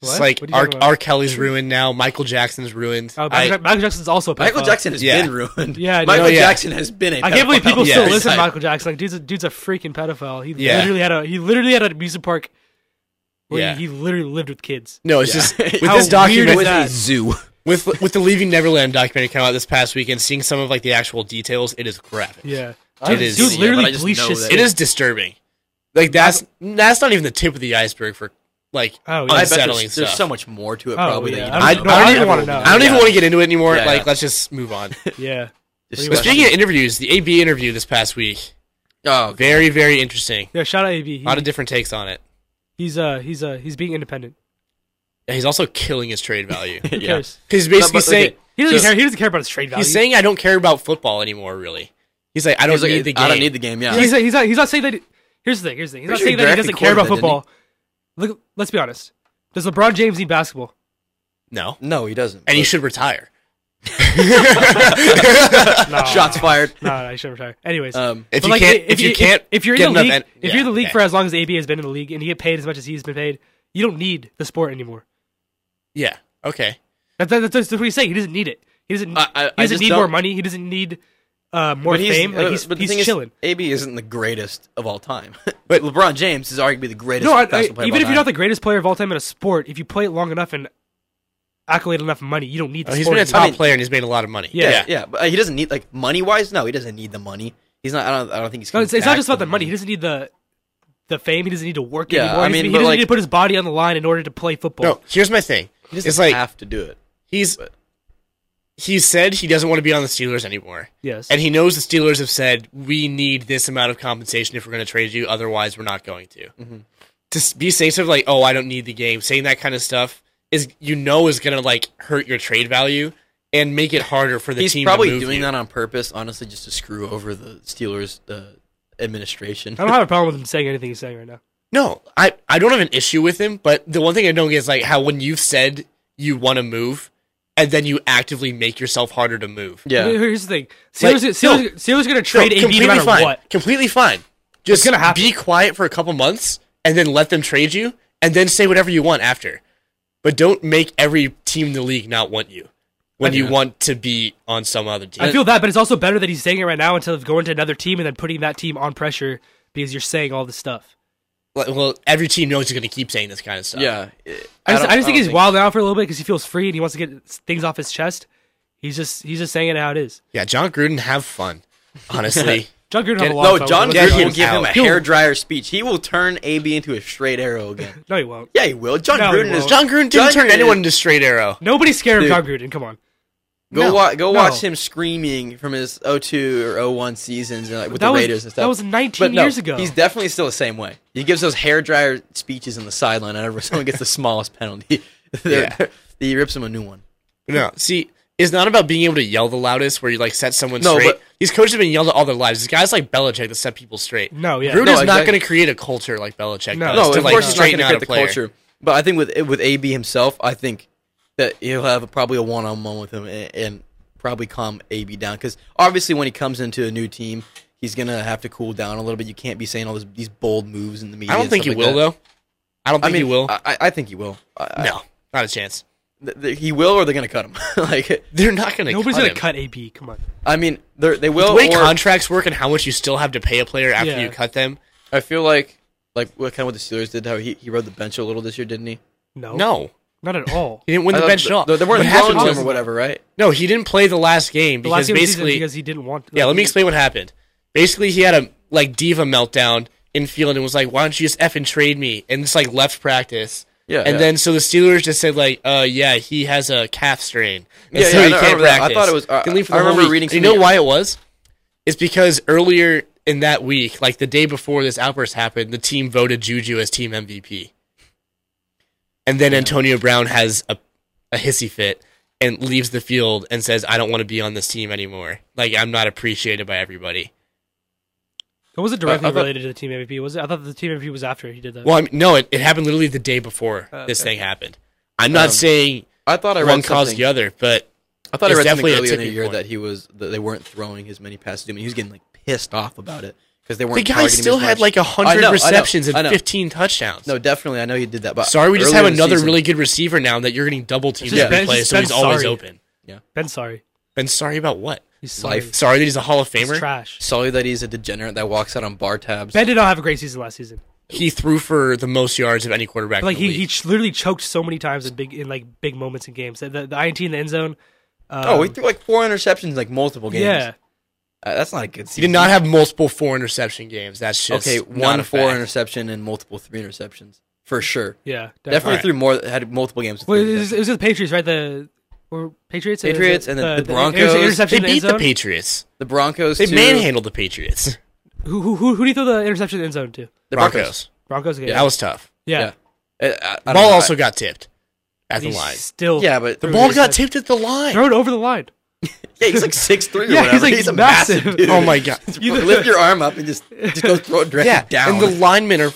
Speaker 2: It's
Speaker 1: What?
Speaker 2: like
Speaker 1: What are you
Speaker 2: R.
Speaker 1: talking about?
Speaker 2: R. Kelly's ruined now. Michael Jackson's ruined.
Speaker 1: Uh,
Speaker 2: I-
Speaker 1: Michael, Jack- Michael Jackson's also a pedophile.
Speaker 3: Michael Jackson has
Speaker 2: Yeah.
Speaker 3: been ruined.
Speaker 1: Yeah, I
Speaker 3: Michael
Speaker 2: know, yeah.
Speaker 3: Jackson has been a
Speaker 1: I can't believe
Speaker 3: pedophile.
Speaker 1: people
Speaker 2: Yeah,
Speaker 1: still
Speaker 2: he's
Speaker 1: listen to
Speaker 3: type.
Speaker 1: Michael Jackson. Like, dude's a, dude's a freaking pedophile. He
Speaker 2: Yeah.
Speaker 1: literally had a he literally had a music park where
Speaker 2: Yeah.
Speaker 1: he, he literally lived with kids.
Speaker 2: no, it's
Speaker 3: Yeah.
Speaker 2: just with
Speaker 1: How
Speaker 2: this
Speaker 1: weird
Speaker 2: document
Speaker 1: is that?
Speaker 3: zoo.
Speaker 2: with with the Leaving Neverland documentary come out this past weekend, seeing some of like the actual details, it is graphic.
Speaker 1: Yeah,
Speaker 2: It
Speaker 1: dude,
Speaker 2: is-
Speaker 1: dude
Speaker 2: yeah,
Speaker 3: but I
Speaker 1: literally
Speaker 3: just
Speaker 1: bleached
Speaker 3: know
Speaker 1: his
Speaker 3: that-
Speaker 2: It is disturbing. Like that's that's not even the tip of the iceberg for like
Speaker 1: Oh, yeah. I
Speaker 3: I
Speaker 1: bet
Speaker 3: bet
Speaker 2: unsettling
Speaker 3: there's,
Speaker 2: stuff.
Speaker 3: there's so much more to it
Speaker 1: Oh,
Speaker 3: probably.
Speaker 1: yeah.
Speaker 3: That you
Speaker 1: I
Speaker 2: I,
Speaker 1: don't
Speaker 3: know.
Speaker 1: know.
Speaker 2: I
Speaker 1: I
Speaker 2: don't even
Speaker 1: wanna
Speaker 2: want to
Speaker 1: know.
Speaker 2: know. I don't even
Speaker 3: Yeah.
Speaker 2: want to get into it anymore.
Speaker 3: Yeah,
Speaker 2: like,
Speaker 3: yeah.
Speaker 2: let's just move on.
Speaker 1: yeah.
Speaker 3: Just-
Speaker 2: but speaking of interviews, the AB interview this past week,
Speaker 3: Oh, okay.
Speaker 2: very very interesting.
Speaker 1: Yeah, shout out AB.
Speaker 2: A
Speaker 1: He,
Speaker 2: lot of different takes on it.
Speaker 1: he's uh he's uh he's being independent.
Speaker 2: And He's also killing his trade value.
Speaker 1: Who
Speaker 3: Yeah.
Speaker 1: cares?
Speaker 2: He's basically
Speaker 3: But- but,
Speaker 2: saying
Speaker 3: okay,
Speaker 1: He doesn't
Speaker 2: He's-
Speaker 1: care. He doesn't care about his trade value.
Speaker 2: he's saying I don't care about football anymore. Really, he's like I don't
Speaker 3: He's like,
Speaker 2: need the game.
Speaker 3: I don't need the game. Yeah,
Speaker 1: he's, he's not he's not saying that. Here's the thing. Here's the thing. He's not
Speaker 3: Pretty sure
Speaker 1: saying
Speaker 3: he
Speaker 1: that he
Speaker 3: directly
Speaker 1: doesn't care about
Speaker 3: quoted that,
Speaker 1: football. Look, let's be honest. Does LeBron James need basketball?
Speaker 2: no,
Speaker 3: no, he doesn't.
Speaker 2: and he should retire.
Speaker 1: No.
Speaker 3: Shots fired.
Speaker 1: No, no, he should retire. Anyways,
Speaker 3: Um,
Speaker 2: If
Speaker 1: But,
Speaker 2: you
Speaker 1: like,
Speaker 2: can't, if, you can't,
Speaker 1: if, you're
Speaker 2: get
Speaker 1: in the
Speaker 2: enough
Speaker 1: league,
Speaker 2: en-
Speaker 1: if
Speaker 2: yeah,
Speaker 1: you're in the league
Speaker 2: okay.
Speaker 1: for as long as AB has been in the league and you get paid as much as he's been paid, you don't need the sport anymore.
Speaker 2: yeah, okay.
Speaker 1: That, that, that's, that's what he's saying. He doesn't need it. He doesn't.
Speaker 3: I- I- I
Speaker 1: he doesn't
Speaker 3: just
Speaker 1: need more
Speaker 3: don't-
Speaker 1: money. He doesn't need uh, more
Speaker 3: but he's,
Speaker 1: fame. Like, he's
Speaker 3: but the
Speaker 1: he's
Speaker 3: thing is,
Speaker 1: chilling.
Speaker 3: AB isn't the greatest of all time.
Speaker 2: But-
Speaker 3: But LeBron James is arguably the greatest.
Speaker 1: no, I, I,
Speaker 3: basketball
Speaker 1: even
Speaker 3: player
Speaker 1: if
Speaker 3: of all
Speaker 1: you're
Speaker 3: time.
Speaker 1: not the greatest player of all time in a sport, if you play it long enough and accolade enough money, you don't need the
Speaker 2: Oh, he's
Speaker 1: sport.
Speaker 2: been a
Speaker 1: anymore.
Speaker 2: top
Speaker 3: I mean-
Speaker 2: player and he's made a lot of money.
Speaker 1: Yeah,
Speaker 3: yeah, yeah, but uh, he doesn't need like money wise. No, he doesn't need the money. He's not. I don't. I don't think he's.
Speaker 1: No, it's, it's
Speaker 3: back
Speaker 1: not just about the
Speaker 3: to
Speaker 1: money. He doesn't need the the fame. He doesn't need to work
Speaker 3: Yeah,
Speaker 1: anymore.
Speaker 3: I
Speaker 1: He
Speaker 3: mean,
Speaker 1: doesn't- he
Speaker 3: but,
Speaker 1: doesn't
Speaker 3: like-
Speaker 1: need to put his body on the line in order to play football.
Speaker 2: No, here's my thing.
Speaker 3: He doesn't
Speaker 2: It's like
Speaker 3: have to do it.
Speaker 2: he's
Speaker 3: but-
Speaker 2: he said he doesn't want to be on the Steelers anymore,
Speaker 1: Yes.
Speaker 2: and he knows the Steelers have said we need this amount of compensation if we're going to trade you. Otherwise, we're not going to.
Speaker 3: Mm-hmm.
Speaker 2: To s- be saying stuff like "Oh, I don't need the game," saying that kind of stuff is you know is going to like hurt your trade value and make it harder for the
Speaker 3: He's
Speaker 2: team.
Speaker 3: probably
Speaker 2: to move
Speaker 3: doing
Speaker 2: you.
Speaker 3: that on purpose, honestly, just to screw over the Steelers uh, administration.
Speaker 1: I don't have a problem with him saying anything he's saying right now.
Speaker 2: No, I, I don't have an issue with him, but the one thing I don't get is like how when you've said you want to move, and then you actively make yourself harder to move.
Speaker 3: Yeah,
Speaker 1: Here- Here's the thing. Steelers,
Speaker 2: Like,
Speaker 1: Steelers,
Speaker 2: no.
Speaker 1: Steelers going to
Speaker 2: No,
Speaker 1: trade AB no matter
Speaker 2: fine.
Speaker 1: what.
Speaker 2: Completely fine. Just
Speaker 1: gonna happen.
Speaker 2: be quiet for a couple months and then let them trade you, and then say whatever you want after. But don't make every team in the league not want you when you want to be on some other team.
Speaker 1: I feel that, but it's also better that he's saying it right now instead of going to another team and then putting that team on pressure because you're saying all this stuff.
Speaker 2: Like, well, every team knows he's going to keep saying this kind of stuff.
Speaker 3: yeah.
Speaker 1: I just, I
Speaker 3: don't-
Speaker 1: just think
Speaker 3: don't
Speaker 1: he's wild out for a little bit because he feels free and he wants to get things off his chest. He's just he's just saying it how it is.
Speaker 2: yeah. John Gruden, have fun. Honestly,
Speaker 1: John Gruden have a lot
Speaker 3: No,
Speaker 1: of fun
Speaker 3: John
Speaker 1: with
Speaker 2: Get
Speaker 1: it.
Speaker 3: Gruden
Speaker 2: him
Speaker 3: will give him a
Speaker 2: out.
Speaker 3: hair dryer speech. He will turn AB into a straight arrow again.
Speaker 1: No, he won't.
Speaker 3: yeah, he will. John
Speaker 1: No, he
Speaker 3: Gruden is
Speaker 1: won't.
Speaker 2: John Gruden didn't
Speaker 3: John
Speaker 2: turn
Speaker 3: Gruden-
Speaker 2: anyone into straight arrow.
Speaker 1: Nobody's scared
Speaker 3: Dude.
Speaker 1: of John Gruden. Come on.
Speaker 3: Go
Speaker 2: No.
Speaker 3: wa- go
Speaker 1: No.
Speaker 3: watch him screaming from his 02 or 01 seasons and like, with
Speaker 1: that
Speaker 3: the
Speaker 1: was,
Speaker 3: Raiders and stuff.
Speaker 1: That was 19
Speaker 3: But no,
Speaker 1: years ago.
Speaker 3: He's definitely still the same way. He gives those hairdryer speeches on the sideline whenever someone gets the smallest penalty. They're-
Speaker 2: Yeah.
Speaker 3: they're- he rips him a new one.
Speaker 2: No, see, it's not about being able to yell the loudest where you like set someone
Speaker 3: No,
Speaker 2: straight.
Speaker 3: but-
Speaker 2: These coaches have been yelled at all their lives. These guys like Belichick that set people straight.
Speaker 1: No, yeah.
Speaker 2: Gruden
Speaker 3: No,
Speaker 2: is not
Speaker 3: exactly.
Speaker 2: going to create a culture like Belichick
Speaker 1: No.
Speaker 2: does.
Speaker 1: No,
Speaker 2: to,
Speaker 3: of
Speaker 2: like,
Speaker 3: course he's not going
Speaker 2: straighten
Speaker 3: to
Speaker 2: out
Speaker 3: create
Speaker 2: a
Speaker 3: the
Speaker 2: player.
Speaker 3: culture. But I think with with AB himself, I think that he'll have probably a one on one with him and, and probably calm AB down because obviously when he comes into a new team, he's gonna have to cool down a little bit. You can't be saying all this, these bold moves in the media.
Speaker 2: I don't
Speaker 3: and
Speaker 2: think he
Speaker 3: stuff
Speaker 2: will
Speaker 3: like that.
Speaker 2: though. I don't
Speaker 3: I
Speaker 2: think
Speaker 3: mean,
Speaker 2: he will.
Speaker 3: I, I- I think he will. I,
Speaker 2: no, not a chance.
Speaker 3: I, th- th- he will, or they're gonna cut him. like,
Speaker 2: They're not going to.
Speaker 1: Nobody's
Speaker 2: cut
Speaker 1: going
Speaker 2: him.
Speaker 1: to cut AP. Come on.
Speaker 3: I mean, they're- they
Speaker 2: The
Speaker 3: will.
Speaker 2: way
Speaker 3: or-
Speaker 2: contracts work and how much you still have to pay a player after
Speaker 1: Yeah.
Speaker 2: you cut them.
Speaker 3: I feel like like what kind of what the Steelers did. How he, he rode the bench a little this year, didn't he?
Speaker 1: No.
Speaker 2: No,
Speaker 1: Not at all.
Speaker 2: he didn't win
Speaker 3: I
Speaker 2: the
Speaker 3: thought
Speaker 2: bench
Speaker 3: th-
Speaker 2: at all.
Speaker 3: They, they weren't
Speaker 2: What happened
Speaker 3: blowing him
Speaker 2: was-
Speaker 3: or whatever, right?
Speaker 2: No, he didn't play the last game
Speaker 1: The last
Speaker 2: because
Speaker 1: game of the season
Speaker 2: basically
Speaker 1: because he didn't want
Speaker 2: Yeah, let me explain what happened. Basically, he had a like diva meltdown in field and was like, "Why don't you just effing trade me?" And just like left practice.
Speaker 3: Yeah,
Speaker 2: And
Speaker 3: yeah.
Speaker 2: then so the Steelers just said like, "Uh, yeah, he has a calf strain, and
Speaker 3: Yeah,
Speaker 2: so
Speaker 3: yeah, I
Speaker 2: he
Speaker 3: know- I
Speaker 2: can't
Speaker 3: remember that. I
Speaker 2: practice."
Speaker 3: thought it was- I-
Speaker 2: Didn't leave for
Speaker 3: I
Speaker 2: the whole
Speaker 3: remember
Speaker 2: week.
Speaker 3: reading
Speaker 2: And You know
Speaker 3: something-
Speaker 2: why it was? It's because earlier in that week, like the day before this outburst happened, the team voted Juju as team MVP, and then Antonio Brown has a a hissy fit and leaves the field and says, "I don't want to be on this team anymore. Like I'm not appreciated by everybody."
Speaker 1: It wasn't directly
Speaker 3: I thought-
Speaker 1: related to the team MVP, was it? I thought the team MVP was after he did that.
Speaker 2: Well, I mean, no, it, it happened literally the day before this thing happened. I'm not saying
Speaker 3: Oh, Um, I thought I read
Speaker 2: one caused
Speaker 3: something.
Speaker 2: the other, but
Speaker 3: I thought I
Speaker 2: It's
Speaker 3: read something
Speaker 2: definitely a
Speaker 3: earlier in the
Speaker 2: tipping
Speaker 3: year
Speaker 2: point.
Speaker 3: that he was that they weren't throwing as many passes to him. and He was getting like pissed off about it because they weren't.
Speaker 2: the guy
Speaker 3: targeting him
Speaker 2: still
Speaker 3: as
Speaker 2: had
Speaker 3: much.
Speaker 2: like a
Speaker 3: I
Speaker 2: hundred
Speaker 3: know, I know,
Speaker 2: receptions
Speaker 3: I
Speaker 2: and
Speaker 3: know.
Speaker 2: 15 touchdowns.
Speaker 3: No, definitely, I know he did that. But
Speaker 2: sorry, we just have
Speaker 3: Uh, earlier in the
Speaker 2: another
Speaker 3: season-
Speaker 2: really good receiver now that you're getting double teamed
Speaker 1: It's just
Speaker 2: every
Speaker 1: Ben-
Speaker 2: play,
Speaker 1: it's
Speaker 2: so he's
Speaker 1: Ben
Speaker 2: always
Speaker 1: sorry.
Speaker 2: open.
Speaker 1: Ben, sorry.
Speaker 2: And sorry about what?
Speaker 1: He's sorry.
Speaker 3: Life.
Speaker 2: Sorry that he's a Hall of
Speaker 1: He's
Speaker 2: Famer.
Speaker 1: trash.
Speaker 3: sorry that he's a degenerate that walks out on bar tabs.
Speaker 1: Ben did not have a great season last season.
Speaker 2: He threw for the most yards of any quarterback.
Speaker 1: Like
Speaker 2: in the
Speaker 1: he, he
Speaker 2: league.
Speaker 1: ch- literally choked so many times in big in like big moments in games. The, the, the INT in the end zone. Um,
Speaker 3: oh, he threw like four interceptions, like multiple games.
Speaker 1: yeah.
Speaker 3: Uh, that's not a good
Speaker 2: He
Speaker 3: season.
Speaker 2: did not have multiple four interception games. That's just
Speaker 3: okay
Speaker 2: not
Speaker 3: one
Speaker 2: a
Speaker 3: four
Speaker 2: fact.
Speaker 3: interception and multiple three interceptions for sure.
Speaker 1: Yeah,
Speaker 3: Definitely
Speaker 2: Alright.
Speaker 3: threw more. Had multiple games. with
Speaker 1: Well,
Speaker 3: three
Speaker 1: it was, it was the Patriots, right? The or Patriots, Uh,
Speaker 3: Patriots and then the Broncos.
Speaker 1: inter- interception
Speaker 2: They
Speaker 1: in the
Speaker 2: beat
Speaker 1: end
Speaker 2: the
Speaker 1: zone.
Speaker 2: Patriots.
Speaker 3: The Broncos.
Speaker 2: They
Speaker 3: too.
Speaker 2: manhandled the Patriots.
Speaker 1: who, who who who do you throw the interception in the end zone to?
Speaker 3: the
Speaker 2: Broncos.
Speaker 1: Broncos again.
Speaker 2: That was tough.
Speaker 1: yeah.
Speaker 3: Yeah. Uh, I- I don't
Speaker 2: Ball
Speaker 3: know.
Speaker 2: also got tipped at
Speaker 1: He
Speaker 2: the line.
Speaker 1: still
Speaker 3: Yeah, but
Speaker 2: The
Speaker 1: threw
Speaker 2: ball
Speaker 1: an
Speaker 2: got
Speaker 1: interception.
Speaker 2: tipped at the line.
Speaker 1: thrown over the line.
Speaker 3: yeah, he's like six three or
Speaker 1: Yeah, he's,
Speaker 3: whatever.
Speaker 1: like,
Speaker 3: a
Speaker 1: massive.
Speaker 3: massive dude.
Speaker 2: Oh my god.
Speaker 1: You-
Speaker 3: lift your arm up and just just go throw it directly
Speaker 2: Yeah,
Speaker 3: down.
Speaker 2: and the linemen are.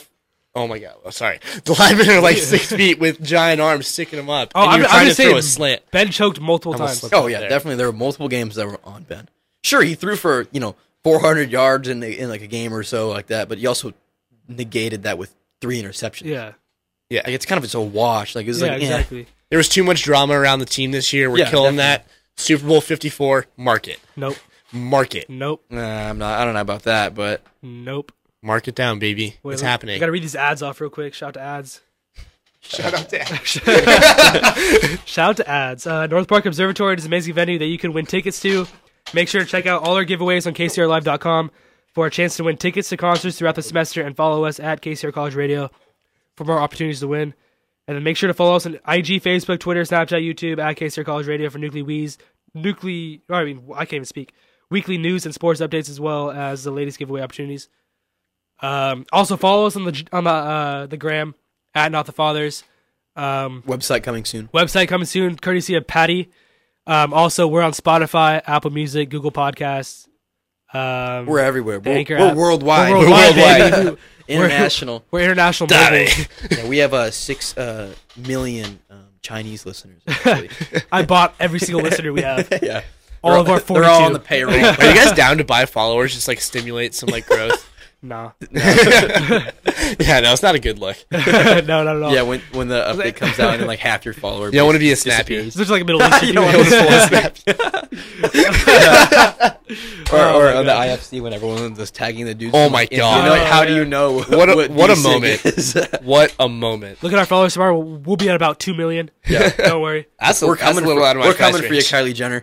Speaker 2: Oh my god. Oh, sorry. The linemen are like six feet with giant arms sticking them up.
Speaker 1: Oh,
Speaker 2: and
Speaker 1: I'm,
Speaker 2: you're
Speaker 1: I'm
Speaker 2: trying
Speaker 1: just
Speaker 2: to
Speaker 1: saying.
Speaker 2: throw a slant.
Speaker 1: Ben choked multiple
Speaker 2: Almost
Speaker 1: times.
Speaker 2: slipped.
Speaker 3: oh yeah,
Speaker 2: there.
Speaker 3: definitely. There were multiple games that were on Ben. Sure, he threw for you know 400 yards in the, in like a game or so like that, but he also negated that with three interceptions.
Speaker 1: Yeah,
Speaker 3: like it's kind of it's a wash. Like it's
Speaker 1: yeah,
Speaker 3: like eh.
Speaker 1: exactly.
Speaker 2: There was too much drama around the team this year. We're
Speaker 3: Yeah,
Speaker 2: killing
Speaker 3: definitely.
Speaker 2: that. Super Bowl 54. Mark it.
Speaker 1: Nope,
Speaker 2: Mark it.
Speaker 1: nope,
Speaker 3: Nah, I'm not. I don't know about that, but
Speaker 1: nope.
Speaker 2: Mark it down, baby.
Speaker 1: Wait,
Speaker 2: it's
Speaker 1: wait, I
Speaker 2: happening.
Speaker 1: gotta read these ads off real quick. Shout out to ads.
Speaker 2: Shut up, Dan.
Speaker 1: Shout out to ads. Uh, North Park Observatory is an amazing venue that you can win tickets to. Make sure to check out all our giveaways on KCRLive.com for a chance to win tickets to concerts throughout the semester and follow us at KCR College Radio for more opportunities to win. And then make sure to follow us on IG, Facebook, Twitter, Snapchat, YouTube at KCR College Radio for Nuclear Wheeze, Nuclear, I mean, I can't even speak, weekly news and sports updates as well as the latest giveaway opportunities. Um, also follow us on the on the uh, the gram at Not the Fathers. Um,
Speaker 3: website coming soon.
Speaker 1: website coming soon, courtesy of Patty. Um, also, we're on Spotify, Apple Music, Google Podcasts. Um,
Speaker 3: We're everywhere. We're,
Speaker 1: Anchor
Speaker 3: we're
Speaker 1: app.
Speaker 3: worldwide.
Speaker 1: We're worldwide, baby.
Speaker 3: International.
Speaker 1: we're international. mobile.
Speaker 2: Daddy.
Speaker 3: yeah, we have uh, six uh, million um, Chinese listeners. actually.
Speaker 1: I bought every single listener we have.
Speaker 3: yeah.
Speaker 1: All
Speaker 3: They're
Speaker 1: of our
Speaker 3: They're all
Speaker 1: 42.
Speaker 3: on the payroll.
Speaker 2: Are you guys down to buy followers? Just like stimulate some like growth.
Speaker 1: Nah,
Speaker 2: yeah, no, it's not a good look. You
Speaker 1: no, not at all.
Speaker 3: Yeah, when when the update comes out and like half your follower.
Speaker 2: don't want to be a
Speaker 3: base
Speaker 2: snappy.
Speaker 3: disappears.
Speaker 1: So there's like a Middle Eastern.
Speaker 3: You don't want to be a snappy. or or on the IFC when everyone was tagging the dudes.
Speaker 2: Oh
Speaker 3: from,
Speaker 2: my
Speaker 3: like,
Speaker 2: God.
Speaker 3: You know, like, how
Speaker 1: Oh,
Speaker 3: do
Speaker 1: yeah.
Speaker 3: you know
Speaker 2: What a- what a
Speaker 3: these
Speaker 2: moment.
Speaker 3: things is?
Speaker 2: What a moment.
Speaker 1: Look at our followers tomorrow. We'll, we'll be at about two million.
Speaker 3: Yeah.
Speaker 1: Don't worry.
Speaker 2: That's a,
Speaker 3: We're
Speaker 2: that's a
Speaker 3: coming.
Speaker 2: little
Speaker 3: for,
Speaker 2: out of my
Speaker 3: we're
Speaker 2: price
Speaker 3: coming for you,
Speaker 2: range.
Speaker 3: Kylie Jenner.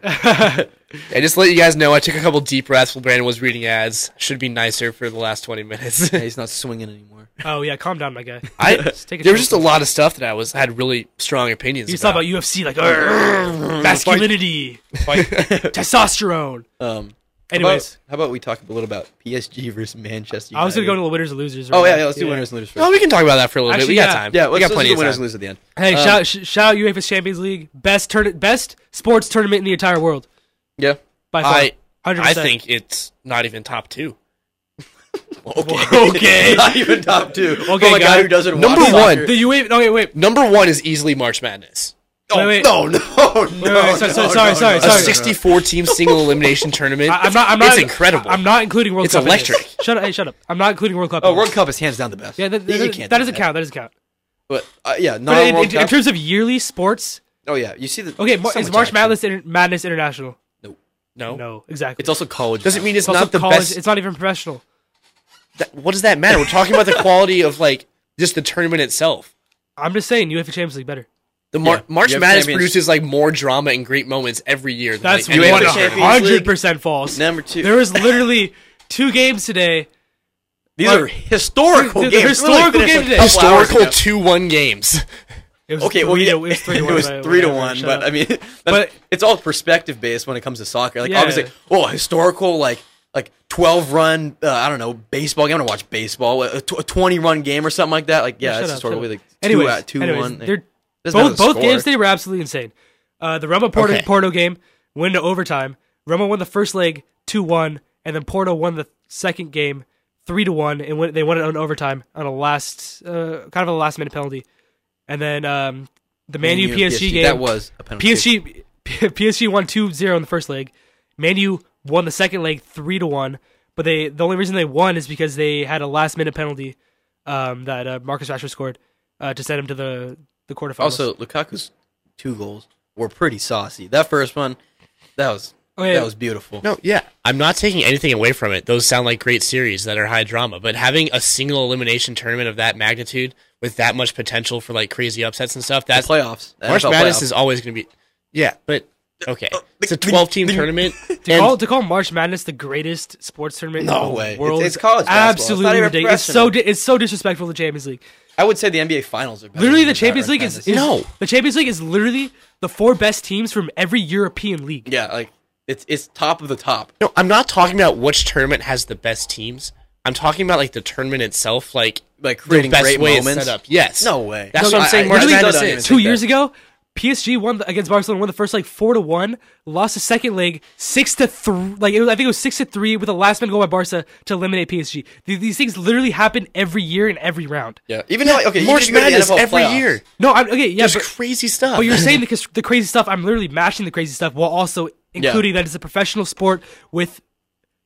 Speaker 2: And just to let you guys know, I took a couple deep breaths while Brandon was reading ads. Should be nicer for the last 20 minutes.
Speaker 3: He's not swinging anymore.
Speaker 1: Oh yeah, calm down, my guy.
Speaker 2: I
Speaker 1: Just take a
Speaker 2: there was
Speaker 1: chill
Speaker 2: just a lot of stuff that I was had really strong opinions.
Speaker 1: You
Speaker 2: about.
Speaker 1: saw about UFC like "Arr, masculinity, testosterone.
Speaker 3: Um, how about-
Speaker 1: Anyways,
Speaker 3: how about we talk a little about PSG versus Manchester? United?
Speaker 1: I was gonna go into the winners and losers.
Speaker 3: Oh
Speaker 1: right
Speaker 3: yeah,
Speaker 1: now.
Speaker 3: yeah. Let's do winners and losers first.
Speaker 2: Oh, we can talk about that for a little bit. We
Speaker 1: Actually,
Speaker 2: got
Speaker 1: yeah.
Speaker 2: time.
Speaker 3: Yeah,
Speaker 2: we
Speaker 3: let's
Speaker 2: got
Speaker 3: let's
Speaker 2: plenty
Speaker 3: do
Speaker 2: of
Speaker 3: winners
Speaker 2: time.
Speaker 3: and losers at the end.
Speaker 1: Hey,
Speaker 3: Um,
Speaker 1: shout sh- shout out UEFA's Champions League best turn best sports tournament in the entire world
Speaker 3: Yeah.
Speaker 1: by far.
Speaker 2: I
Speaker 1: 100%.
Speaker 2: I think it's not even top two.
Speaker 3: Okay. okay. Not even top two.
Speaker 1: Okay,
Speaker 3: From a guy
Speaker 1: guys.
Speaker 3: who doesn't
Speaker 2: Number
Speaker 3: watch
Speaker 2: one.
Speaker 3: soccer.
Speaker 1: the UEFA. Okay, wait.
Speaker 2: Number one is easily March Madness,
Speaker 3: Oh,
Speaker 1: wait, wait.
Speaker 3: No, no, no,
Speaker 1: wait, so- so-
Speaker 3: no,
Speaker 1: sorry, sorry,
Speaker 3: no, no,
Speaker 2: a
Speaker 3: no,
Speaker 1: sorry.
Speaker 3: no.
Speaker 2: 64 team single elimination tournament.
Speaker 1: I, am not. I'm not.
Speaker 2: It's incredible.
Speaker 1: I'm not including World
Speaker 2: It's
Speaker 1: Cup. in this.
Speaker 2: electric.
Speaker 1: Shut up. Hey, shut up. I'm not including World Cup.
Speaker 3: Oh,
Speaker 1: in
Speaker 3: World
Speaker 1: this.
Speaker 3: Cup is hands down the best.
Speaker 1: Yeah, that, that,
Speaker 3: You
Speaker 1: that,
Speaker 3: can't do
Speaker 1: doesn't count. That doesn't count.
Speaker 3: But uh, yeah,
Speaker 1: But
Speaker 3: not
Speaker 1: in,
Speaker 3: World
Speaker 1: in-
Speaker 3: Cup.
Speaker 1: in terms of yearly sports,
Speaker 3: oh yeah, you see the
Speaker 1: okay, mar-
Speaker 3: so
Speaker 1: is
Speaker 3: much
Speaker 1: March
Speaker 3: action.
Speaker 1: Madness inter- Madness international?
Speaker 3: No,
Speaker 2: no.
Speaker 1: No, exactly.
Speaker 3: it's also college.
Speaker 2: Doesn't mean it's,
Speaker 1: It's also
Speaker 2: not the
Speaker 1: college.
Speaker 2: best.
Speaker 1: It's not even professional.
Speaker 2: that- what does that matter? We're talking about the quality of like just the tournament itself.
Speaker 1: I'm just saying UEFA Champions League better.
Speaker 2: The Mar-
Speaker 3: Yeah.
Speaker 2: March
Speaker 3: You have
Speaker 2: Madness
Speaker 3: champions-
Speaker 2: produces like more drama and great moments every year. Than,
Speaker 1: That's
Speaker 2: like, any
Speaker 1: one
Speaker 2: other
Speaker 3: Champions
Speaker 2: tournament.
Speaker 1: hundred percent false.
Speaker 3: Number two.
Speaker 1: There was literally two games today.
Speaker 3: these
Speaker 1: Mar-
Speaker 3: are historical
Speaker 1: Dude, they're
Speaker 3: games. We only
Speaker 1: historical
Speaker 3: finished
Speaker 1: games
Speaker 3: a
Speaker 1: today.
Speaker 3: couple hours
Speaker 2: historical
Speaker 3: ago.
Speaker 2: two one games.
Speaker 1: It was
Speaker 3: Okay,
Speaker 1: three
Speaker 3: well,
Speaker 1: to,
Speaker 3: yeah,
Speaker 1: it was three to one. but
Speaker 3: three to
Speaker 1: whatever,
Speaker 3: one,
Speaker 1: shut
Speaker 3: but
Speaker 1: up.
Speaker 3: I mean,
Speaker 1: But-
Speaker 3: but it's all perspective based when it comes to soccer. Like
Speaker 1: Yeah.
Speaker 3: obviously, oh, historical like like twelve run. Uh, I don't know baseball. game. I'm gonna watch baseball. A, tw- a twenty run game or something like that. Like yeah,
Speaker 1: shut
Speaker 3: it's
Speaker 1: up, shut
Speaker 3: historically
Speaker 1: up.
Speaker 3: like two
Speaker 1: Anyways,
Speaker 3: uh, two
Speaker 1: anyways,
Speaker 3: one.
Speaker 1: they're-
Speaker 3: Doesn't matter
Speaker 1: both
Speaker 3: the
Speaker 1: both
Speaker 3: score.
Speaker 1: games today were absolutely insane. Uh, the Roma Porto
Speaker 2: Okay.
Speaker 1: Porto game went to overtime. Roma won the first leg two one, and then Porto won the second game three to one, and went, they won it on overtime on a last uh, kind of a last minute penalty. And then um, the Man U PSG game
Speaker 3: That was a penalty.
Speaker 1: PSG PSG won 2-0 in the first leg. Man U won the second leg 3 to 1, but they the only reason they won is because they had a last minute penalty um, that uh, Marcus Rashford scored uh, to send him to the the quarterfinals.
Speaker 3: Also, Lukaku's two goals were pretty saucy. That first one, that was
Speaker 1: Oh, yeah.
Speaker 3: that was beautiful.
Speaker 2: No, yeah. I'm not taking anything away from it. Those sound like great series that are high drama, but having a single elimination tournament of that magnitude with that much potential for like crazy upsets and stuff, that's
Speaker 3: playoffs. The
Speaker 2: March
Speaker 3: NFL
Speaker 2: Madness
Speaker 3: playoffs.
Speaker 2: is always going to be Yeah, but okay. It's a
Speaker 3: the-
Speaker 2: 12 team tournament.
Speaker 1: to
Speaker 2: and-
Speaker 1: call, to call March Madness the greatest sports tournament
Speaker 3: No
Speaker 1: in the
Speaker 3: way. It's-
Speaker 1: world
Speaker 3: it's
Speaker 1: is
Speaker 3: college basketball. It's
Speaker 1: absolutely
Speaker 3: not even
Speaker 1: ridiculous. It's so
Speaker 3: professional.
Speaker 1: di- it's so disrespectful to Champions League.
Speaker 3: I would say the NBA Finals are better
Speaker 1: Literally,
Speaker 3: than
Speaker 1: the Champions
Speaker 3: March
Speaker 1: League is,
Speaker 3: Madness.
Speaker 1: is-
Speaker 2: No.
Speaker 1: The Champions League is literally the four best teams from every European league.
Speaker 3: yeah, like it's it's top of the top.
Speaker 2: no, I'm not talking about which tournament has the best teams. I'm talking about like the tournament itself, like
Speaker 3: Like creating
Speaker 2: the best
Speaker 3: great
Speaker 2: way it's
Speaker 3: moments.
Speaker 2: set up. Yes.
Speaker 3: No way.
Speaker 2: That's
Speaker 3: No,
Speaker 2: what I'm
Speaker 3: I-
Speaker 2: saying.
Speaker 3: I-
Speaker 2: March
Speaker 3: really
Speaker 2: Madness
Speaker 3: don't
Speaker 2: is.
Speaker 3: even
Speaker 1: two
Speaker 3: think
Speaker 1: years
Speaker 3: that-
Speaker 1: ago, PSG won the- against Barcelona, won the first like four to one, lost the second leg six to three. Like it was, I think it was six to three with a last minute goal by Barca to eliminate PSG. Th- These things literally happen every year in every round.
Speaker 3: Yeah, even though, okay, even
Speaker 2: March
Speaker 3: if you go to the
Speaker 2: Madness
Speaker 3: NFL
Speaker 2: every
Speaker 3: playoffs,
Speaker 2: year.
Speaker 1: No, I'm okay. Yeah,
Speaker 2: There's
Speaker 1: but,
Speaker 2: crazy stuff.
Speaker 1: but you're saying the, cas- the crazy stuff. I'm literally mashing the crazy stuff while also including that it's a professional sport with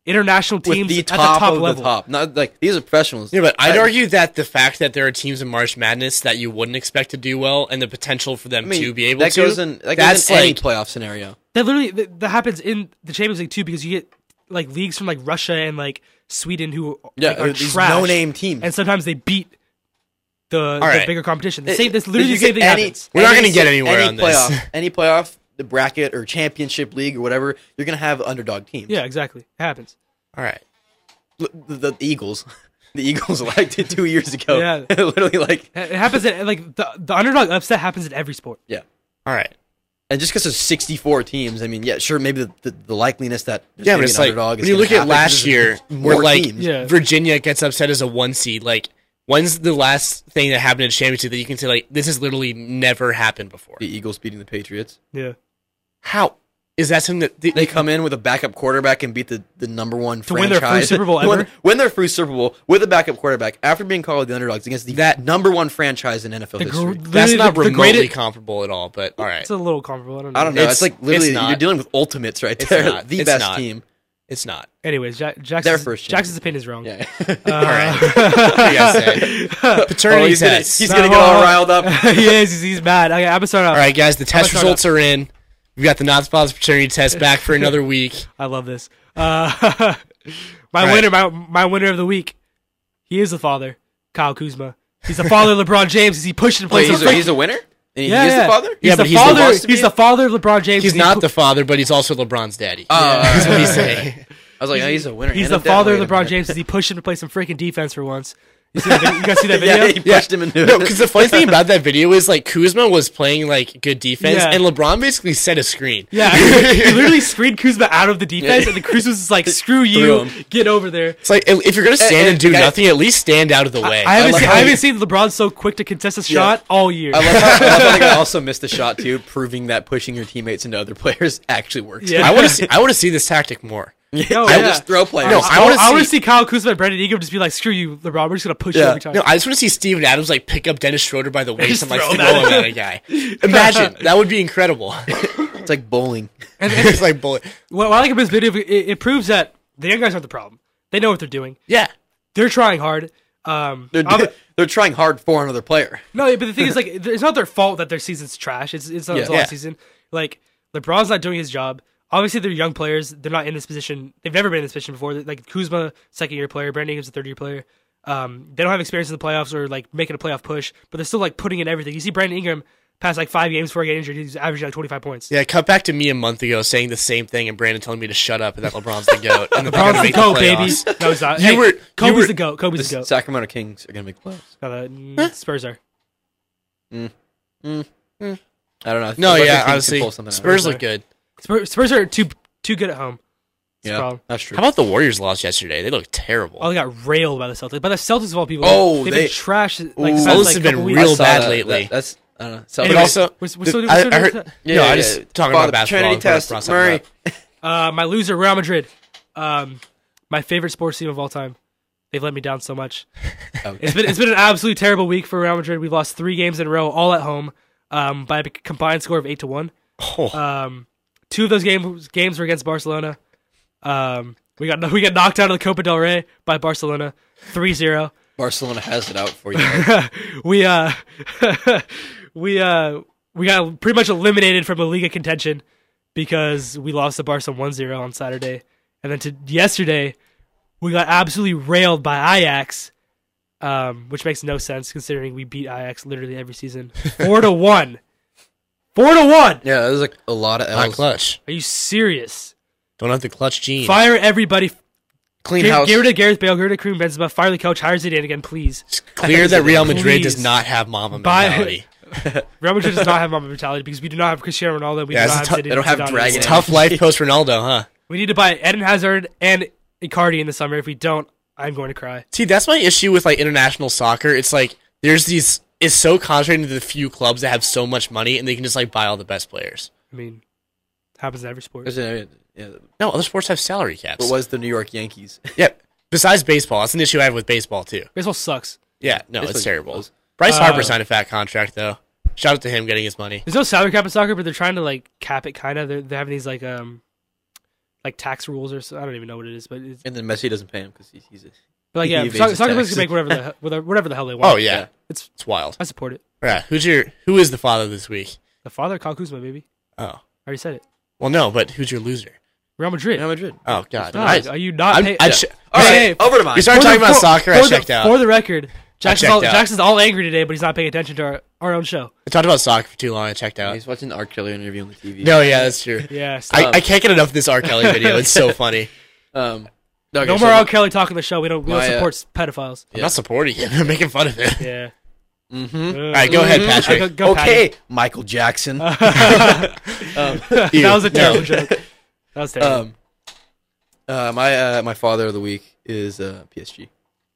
Speaker 1: international
Speaker 3: with
Speaker 1: teams
Speaker 3: the
Speaker 1: at
Speaker 3: top,
Speaker 1: the top
Speaker 3: of
Speaker 1: level.
Speaker 3: the top. Not like these are professionals.
Speaker 2: Yeah, but I'd
Speaker 3: I-
Speaker 2: argue that the fact that there are teams in March Madness that you wouldn't expect to do well, and the potential for them
Speaker 3: I mean,
Speaker 2: to be able
Speaker 3: that
Speaker 2: to,
Speaker 3: goes in that
Speaker 2: that's
Speaker 3: goes in any
Speaker 2: like
Speaker 3: playoff scenario.
Speaker 1: That literally that, that happens in the Champions League too because you get like leagues from like Russia and like Sweden who
Speaker 3: Yeah,
Speaker 1: like, are
Speaker 3: these
Speaker 1: trash,
Speaker 3: no-name teams.
Speaker 1: and sometimes they beat the, the
Speaker 2: right.
Speaker 1: bigger competition. The
Speaker 3: It-
Speaker 1: same, this literally
Speaker 3: you
Speaker 1: the same
Speaker 3: get
Speaker 1: thing
Speaker 3: any-
Speaker 1: happens.
Speaker 2: We're not gonna
Speaker 3: any-
Speaker 2: get anywhere
Speaker 3: any
Speaker 2: on this.
Speaker 3: playoff, Any playoff, the bracket or championship league or whatever, you're gonna have underdog teams.
Speaker 1: Yeah, exactly. It happens.
Speaker 2: all right.
Speaker 3: L- the, the Eagles, the Eagles liked it two years ago.
Speaker 1: Yeah.
Speaker 3: literally like
Speaker 1: It it happens in like the the underdog upset happens in every sport.
Speaker 3: yeah.
Speaker 2: All right.
Speaker 3: And just because there's 64 teams, I mean, yeah, sure, maybe the, the, the likeliness that there's
Speaker 2: Yeah,
Speaker 3: gonna
Speaker 2: but
Speaker 3: be
Speaker 2: it's
Speaker 3: an
Speaker 2: like
Speaker 3: underdog
Speaker 2: when
Speaker 3: is
Speaker 2: you
Speaker 3: gonna
Speaker 2: look at
Speaker 3: happen
Speaker 2: last
Speaker 3: because there's
Speaker 2: year,
Speaker 3: more
Speaker 2: where like
Speaker 3: teams.
Speaker 1: Yeah.
Speaker 2: Virginia gets upset as a one seed. Like, when's the last thing that happened in Champions League that you can say like this has literally never happened before?
Speaker 3: the Eagles beating the Patriots.
Speaker 1: Yeah,
Speaker 2: How is that something that the,
Speaker 3: They come in with a backup quarterback and beat the, the number one
Speaker 1: win their first Super Bowl
Speaker 3: Win-
Speaker 1: ever?
Speaker 3: Win their first Super Bowl with a backup quarterback after being called the underdogs against the
Speaker 2: That-
Speaker 3: number one franchise in NFL
Speaker 1: the, gr-
Speaker 3: history.
Speaker 2: that's
Speaker 1: literally
Speaker 2: not
Speaker 1: the, the
Speaker 2: remotely
Speaker 1: greatest-
Speaker 2: comparable at all? But all right,
Speaker 1: It's a little comparable. I don't know.
Speaker 3: I don't know.
Speaker 2: It's-
Speaker 3: It's, like literally
Speaker 2: it's not.
Speaker 3: you're dealing with ultimates right there.
Speaker 2: not.
Speaker 3: The
Speaker 2: It's
Speaker 3: best
Speaker 2: not.
Speaker 3: team.
Speaker 2: it's not.
Speaker 1: Anyways, ja-
Speaker 3: Their
Speaker 1: Jackson's,
Speaker 3: first
Speaker 1: Jackson's opinion is wrong.
Speaker 3: Yeah.
Speaker 1: Uh.
Speaker 2: all right, What do you guys say? paternity
Speaker 3: oh, he's gonna,
Speaker 2: test.
Speaker 3: he's gonna get all riled up.
Speaker 1: he is. He's, he's mad. Okay, I'm gonna start off.
Speaker 2: All right, guys, the test
Speaker 1: gonna start
Speaker 2: results are in. We've got the Knott's Bob's paternity test back for another week.
Speaker 1: I love this. Uh, my
Speaker 2: right.
Speaker 1: winner, my, my winner of the week. He is the father, Kyle Kuzma. He's the father of LeBron James. Is he pushed and
Speaker 3: Wait,
Speaker 1: plays
Speaker 3: he's,
Speaker 1: the
Speaker 3: a,
Speaker 1: freak-
Speaker 3: he's a winner? And he
Speaker 1: yeah,
Speaker 3: is
Speaker 1: yeah.
Speaker 3: the father?
Speaker 1: He's
Speaker 2: Yeah,
Speaker 1: the
Speaker 2: but he's the
Speaker 1: father.
Speaker 3: boss to be?
Speaker 1: he's the father of LeBron James.
Speaker 2: He's
Speaker 1: He
Speaker 2: not
Speaker 1: pu-
Speaker 2: the father, but he's also LeBron's daddy.
Speaker 3: Oh,
Speaker 2: That's what he's saying.
Speaker 3: I was like, no, he's a winner.
Speaker 1: He's
Speaker 3: Hand
Speaker 1: the
Speaker 3: him down.
Speaker 1: father of
Speaker 3: Wait a
Speaker 1: LeBron
Speaker 3: minute.
Speaker 1: James. Is he pushed him to play some freaking defense for once? You, see that video? you guys see that video?
Speaker 3: yeah, he pushed him into
Speaker 2: No,
Speaker 3: it.
Speaker 2: because the funny thing about that video is like Kuzma was playing like good defense,
Speaker 1: Yeah.
Speaker 2: and LeBron basically set a screen.
Speaker 1: Yeah, he literally screened Kuzma out of the defense,
Speaker 3: Yeah.
Speaker 1: and the Kuzma was like, "Screw
Speaker 3: Threw
Speaker 1: you,
Speaker 3: him.
Speaker 1: get over there."
Speaker 2: It's like if if you're gonna stand
Speaker 3: and
Speaker 2: and, do
Speaker 3: guys-
Speaker 2: nothing, at least stand out of the way.
Speaker 1: I haven't,
Speaker 3: love
Speaker 1: seen,
Speaker 3: how
Speaker 1: I
Speaker 3: you-
Speaker 1: haven't seen LeBron so quick to contest a shot all year.
Speaker 3: I love how, I love how the guy also missed the shot too, proving that pushing your teammates into other players actually works.
Speaker 1: Yeah.
Speaker 2: I want to see. I want to see this tactic more.
Speaker 1: No,
Speaker 3: I
Speaker 1: yeah.
Speaker 3: just throw players.
Speaker 2: No,
Speaker 1: I
Speaker 2: I wanna
Speaker 1: want to
Speaker 2: see-
Speaker 1: see Kyle Kuzma and Brandon Ingram just be like, "Screw you, LeBron. We're just gonna push you
Speaker 3: Yeah.
Speaker 1: every time."
Speaker 2: No, I just want to see Steven Adams like pick up Dennis Schroeder by the waist
Speaker 1: Just
Speaker 2: and like
Speaker 1: throw
Speaker 2: throw
Speaker 1: him
Speaker 2: him
Speaker 1: at him.
Speaker 2: at a guy. Imagine that would be incredible.
Speaker 3: it's like bowling.
Speaker 2: it's like bullet.
Speaker 1: What what I like about this video, it, it proves that the young guys aren't the problem. They know what they're doing.
Speaker 2: Yeah,
Speaker 1: They're trying hard. Um,
Speaker 3: They're,
Speaker 1: ob-
Speaker 3: they're trying hard for another player.
Speaker 1: no, but the thing is, like, it's not their fault that their season's trash. It's it's not
Speaker 3: Yeah.
Speaker 1: it's a lost
Speaker 2: Yeah.
Speaker 1: season. Like LeBron's not doing his job. Obviously, they're young players. They're not in this position. They've never been in this position before. Like Kuzma, second year player. Brandon Ingram's a third year player. Um, they don't have experience in the playoffs or like making a playoff push, but they're still like putting in everything. You see Brandon Ingram past like five games before he got injured. He's averaging like twenty five points.
Speaker 2: yeah. Cut back to me a month ago saying the same thing, and Brandon telling me to shut up and that LeBron's the goat. And that they're gonna
Speaker 1: LeBron's the
Speaker 2: make the
Speaker 1: goat, baby.
Speaker 2: playoffs.
Speaker 1: No, he's not.
Speaker 2: You
Speaker 1: hey,
Speaker 2: were- you
Speaker 1: Kobe's
Speaker 2: were-
Speaker 1: the goat. Kobe's the
Speaker 3: The
Speaker 1: goat.
Speaker 3: Sacramento Kings are going to make playoffs.
Speaker 1: No, the mm, Spurs are.
Speaker 3: I don't know. I think
Speaker 2: No,
Speaker 3: the Kings
Speaker 2: yeah.
Speaker 3: can
Speaker 2: Honestly,
Speaker 3: pull something out.
Speaker 2: Spurs look good.
Speaker 1: Spurs, Spurs are too too good at home.
Speaker 3: Yeah,
Speaker 1: problem.
Speaker 3: that's true.
Speaker 2: How about the Warriors lost yesterday? They look terrible.
Speaker 1: Oh, they got railed by the Celtics. By the Celtics of all people.
Speaker 3: Oh,
Speaker 1: they've
Speaker 3: they-
Speaker 1: been trash. Like,
Speaker 3: Ooh.
Speaker 1: since,
Speaker 3: Celtics
Speaker 1: like,
Speaker 2: have been
Speaker 1: couple
Speaker 3: I
Speaker 1: weeks.
Speaker 2: real
Speaker 3: saw
Speaker 2: bad
Speaker 3: that-
Speaker 2: lately.
Speaker 3: that- that's I don't know.
Speaker 2: But
Speaker 3: Celtics-
Speaker 2: also,
Speaker 1: we're- we're still- we're
Speaker 2: I,
Speaker 1: still
Speaker 2: I
Speaker 1: doing
Speaker 2: heard.
Speaker 1: that.
Speaker 2: no,
Speaker 3: Yeah,
Speaker 2: I
Speaker 3: yeah,
Speaker 2: just
Speaker 3: yeah.
Speaker 2: talking
Speaker 3: Father,
Speaker 2: about basketball.
Speaker 3: Trinity
Speaker 2: and brought
Speaker 3: test,
Speaker 2: something
Speaker 3: Murray.
Speaker 2: up.
Speaker 1: Uh, my loser, Real Madrid. Um, my favorite sports team of all time. They've let me down so much.
Speaker 3: Okay.
Speaker 1: It's been it's been an absolutely terrible week for Real Madrid. We've lost three games in a row, all at home, um, by a combined score of eight to one.
Speaker 2: Oh,
Speaker 1: Um, two of those games games were against Barcelona. Um, we got we got knocked out of the Copa del Rey by Barcelona, 3-0.
Speaker 3: Barcelona has it out for you.
Speaker 1: we uh we uh we got pretty much eliminated from a league of contention because we lost to Barca 1-0 on Saturday. And then to yesterday, we got absolutely railed by Ajax, um, which makes no sense considering we beat Ajax literally every season. 4 to 1. 4 to 1.
Speaker 3: yeah, there's like a lot of
Speaker 2: not
Speaker 3: L's.
Speaker 2: clutch.
Speaker 1: Are you serious?
Speaker 2: Don't have the clutch gene.
Speaker 1: Fire everybody.
Speaker 2: Clean
Speaker 1: Get,
Speaker 2: house.
Speaker 1: get rid of Gareth Bale. Get rid of Kareem Benzema. Fire the coach. Hire Zidane again, please.
Speaker 2: It's clear that Real Madrid
Speaker 1: Please.
Speaker 2: does not have mama
Speaker 1: Buy-
Speaker 2: mentality.
Speaker 1: Real Madrid does not have Mamba mentality because we do not have Cristiano Ronaldo. We
Speaker 2: Yeah,
Speaker 1: do
Speaker 2: it's
Speaker 1: not
Speaker 2: a
Speaker 1: have
Speaker 2: tou-
Speaker 1: Zidane.
Speaker 3: they don't have
Speaker 1: Zidane.
Speaker 3: Dragon.
Speaker 2: It's tough life post Ronaldo, huh?
Speaker 1: We need to buy Eden Hazard and Icardi in the summer. If we don't, I'm going to cry.
Speaker 2: See, that's my issue with like international soccer. It's like there's these. It's so contrary to the few clubs that have so much money and they can just like buy all the best players.
Speaker 1: I mean, happens in every sport.
Speaker 3: There's a- yeah,
Speaker 2: No, other sports have salary caps.
Speaker 3: It was the New York Yankees.
Speaker 2: Yep. Besides baseball, that's an issue I have with baseball too.
Speaker 1: Baseball sucks.
Speaker 2: Yeah, no,
Speaker 3: Baseball-
Speaker 2: it's terrible. Bryce
Speaker 1: Uh,
Speaker 2: Harper signed a fat contract though. Shout out to him getting his money.
Speaker 1: There's no salary cap in soccer, but they're trying to like cap it kind of. They're, they're having these like um like tax rules or so. I don't even know what it is, but it's
Speaker 3: And then Messi doesn't pay him because he's, he's a
Speaker 1: but like
Speaker 3: He
Speaker 1: yeah,
Speaker 3: evades
Speaker 1: soccer,
Speaker 3: the
Speaker 1: soccer players
Speaker 3: tax.
Speaker 1: can make whatever the hell- whatever whatever the hell they want.
Speaker 2: Oh yeah,
Speaker 3: Yeah.
Speaker 1: it's
Speaker 2: it's wild.
Speaker 1: I support it.
Speaker 2: All right, who's your who is the father this week?
Speaker 1: The father, Kyle Kuzma, baby.
Speaker 2: Oh,
Speaker 1: I already said it.
Speaker 2: well, no, but who's your loser?
Speaker 1: Real Madrid.
Speaker 3: Real Madrid.
Speaker 2: Oh God,
Speaker 1: Dog, are you not?
Speaker 2: I'm-
Speaker 1: pay-
Speaker 2: I'd sh-
Speaker 3: All right,
Speaker 1: Hey,
Speaker 3: over to mine.
Speaker 2: We started
Speaker 1: For
Speaker 2: talking
Speaker 1: the-
Speaker 2: about
Speaker 1: for-
Speaker 2: soccer.
Speaker 1: for
Speaker 2: I
Speaker 1: the-
Speaker 2: checked out.
Speaker 1: For the record, Jackson's
Speaker 2: checked
Speaker 1: all,
Speaker 2: out.
Speaker 1: Jackson's all angry today, but he's not paying attention to our, our own show.
Speaker 2: I talked about soccer for too long. I checked
Speaker 1: Uh,
Speaker 2: out.
Speaker 3: He's watching the R. Kelly interview on the TV.
Speaker 2: No, yeah, that's true.
Speaker 1: Yeah, so-
Speaker 2: I, I can't get enough of this R. Kelly video. It's so funny.
Speaker 3: Um,
Speaker 1: no
Speaker 3: okay, so
Speaker 1: more
Speaker 3: my-
Speaker 1: R. Kelly talking the show. We don't we don't
Speaker 3: My, uh,
Speaker 1: support s- pedophiles.
Speaker 2: I'm not supporting him. I'm making fun of him.
Speaker 1: Yeah.
Speaker 3: Mhm.
Speaker 1: All
Speaker 2: All right, go ahead,
Speaker 1: Uh, go,
Speaker 2: Patrick.
Speaker 1: go
Speaker 3: okay, Michael Jackson.
Speaker 1: Patty.
Speaker 2: Ew.
Speaker 1: that was a terrible
Speaker 2: No.
Speaker 1: joke. That was terrible.
Speaker 3: um, uh, my uh, my father of the week is uh, PSG.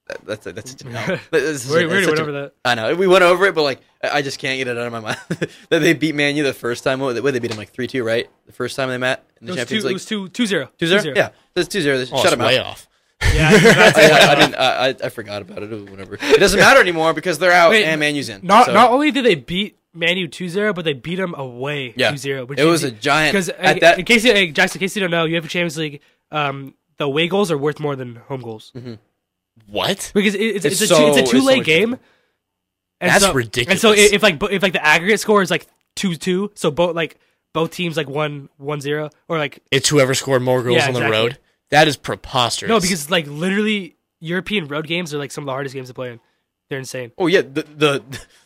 Speaker 3: That, that's that's such a- no. That's such
Speaker 1: we
Speaker 3: a-
Speaker 1: already
Speaker 3: that's
Speaker 1: went
Speaker 3: such a-
Speaker 1: over that.
Speaker 3: I know we went over it, but like I I just can't get it out of my mind that they beat Man U the first time. What what, they beat them like three two, right? The first time they met in
Speaker 1: It
Speaker 3: the
Speaker 1: was, two,
Speaker 3: Champions
Speaker 1: it
Speaker 3: League.
Speaker 1: was two, two zero.
Speaker 3: Two zero. Yeah, that's two zero.
Speaker 2: Oh,
Speaker 3: Shut
Speaker 2: it's
Speaker 3: him
Speaker 2: way
Speaker 3: out.
Speaker 2: off.
Speaker 1: Yeah, I think that's-
Speaker 3: I, I, I didn't. I, I- I forgot about it. It was Whatever. It doesn't matter anymore because they're out
Speaker 1: Wait,
Speaker 3: and Man U's in.
Speaker 1: not
Speaker 3: So,
Speaker 1: not only did they beat Manu 2-0, but they beat him away 2-0.
Speaker 3: Yeah.
Speaker 1: which
Speaker 3: It
Speaker 1: is-
Speaker 3: was a giant-
Speaker 1: Because
Speaker 3: at
Speaker 1: uh,
Speaker 3: that-
Speaker 1: in case you, uh, Jackson, in case you don't know, you have a Champions League. Um, the away goals are worth more than home goals
Speaker 2: What?
Speaker 1: because it, it's, it's,
Speaker 3: It's
Speaker 1: a two, it's
Speaker 3: so-
Speaker 1: a
Speaker 3: it's so
Speaker 1: two leg
Speaker 3: much
Speaker 1: game. And
Speaker 2: That's
Speaker 1: so- And so i-
Speaker 2: ridiculous.
Speaker 1: if like bo- if like the aggregate score is like two two, so both like both teams like one one zero or like
Speaker 2: It's whoever scored more goals
Speaker 1: Yeah,
Speaker 2: on the
Speaker 1: exactly.
Speaker 2: road. That is preposterous.
Speaker 1: no because like literally European road games are like some of the hardest games to play in. They're insane.
Speaker 3: Oh yeah, the,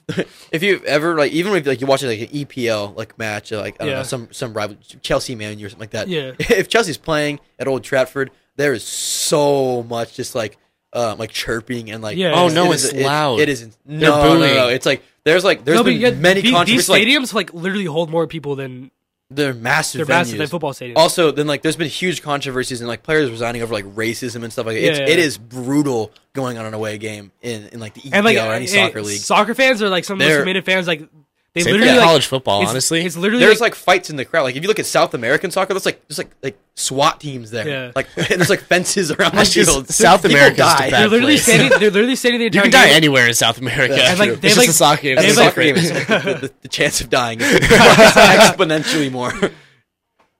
Speaker 3: the if you ever like even if like you watch like an EPL like match uh, like I don't
Speaker 1: Yeah.
Speaker 3: know some some rival Chelsea Man U or something like that.
Speaker 1: Yeah.
Speaker 3: If Chelsea's playing at Old Trafford, there is so much just like uh, like chirping and like
Speaker 1: Yeah,
Speaker 2: Oh,
Speaker 1: yeah.
Speaker 2: no,
Speaker 3: it
Speaker 2: it's
Speaker 3: is- it-
Speaker 2: loud.
Speaker 3: It isn't. No, no, no, no,
Speaker 2: booing.
Speaker 3: it's like there's like there's
Speaker 1: no, but
Speaker 3: been
Speaker 1: you got
Speaker 3: many
Speaker 1: the- these
Speaker 3: controversies. Like,
Speaker 1: stadiums like literally hold more people than
Speaker 3: they're massive.
Speaker 1: they're massive
Speaker 3: venues.
Speaker 1: than football stadiums.
Speaker 3: Also, then like there's been huge controversies and like players resigning over like racism and stuff like that. It's,
Speaker 1: Yeah, yeah,
Speaker 3: It
Speaker 1: yeah.
Speaker 3: is brutal going on an away game in, in like the EPL
Speaker 1: and like
Speaker 3: or any
Speaker 1: eh,
Speaker 3: soccer league.
Speaker 1: soccer fans are like some of the most
Speaker 3: They're-
Speaker 1: committed fans. Like they
Speaker 2: Same
Speaker 1: literally
Speaker 2: thing
Speaker 1: like,
Speaker 2: with college football,
Speaker 1: it's-
Speaker 2: honestly.
Speaker 1: it's literally
Speaker 3: There's like fights in the crowd. Like if you look at South American soccer, that's like there's like like SWAT teams there.
Speaker 1: Yeah.
Speaker 3: Like there's like fences around the
Speaker 2: That's just-
Speaker 3: field.
Speaker 2: South
Speaker 3: People
Speaker 2: America's just
Speaker 3: die.
Speaker 2: a bad
Speaker 1: they're literally
Speaker 2: place.
Speaker 1: standing. They're literally standing the
Speaker 2: You
Speaker 1: entire
Speaker 2: can die
Speaker 1: game.
Speaker 2: anywhere in South America.
Speaker 3: Yeah,
Speaker 2: and
Speaker 3: true.
Speaker 2: like,
Speaker 1: They
Speaker 2: it's
Speaker 1: like-
Speaker 2: just a soccer game.
Speaker 3: That's
Speaker 1: They
Speaker 3: a
Speaker 2: It's
Speaker 1: like-
Speaker 3: soccer game.
Speaker 2: different.
Speaker 3: It's like the, the, the chance of dying is exponentially more.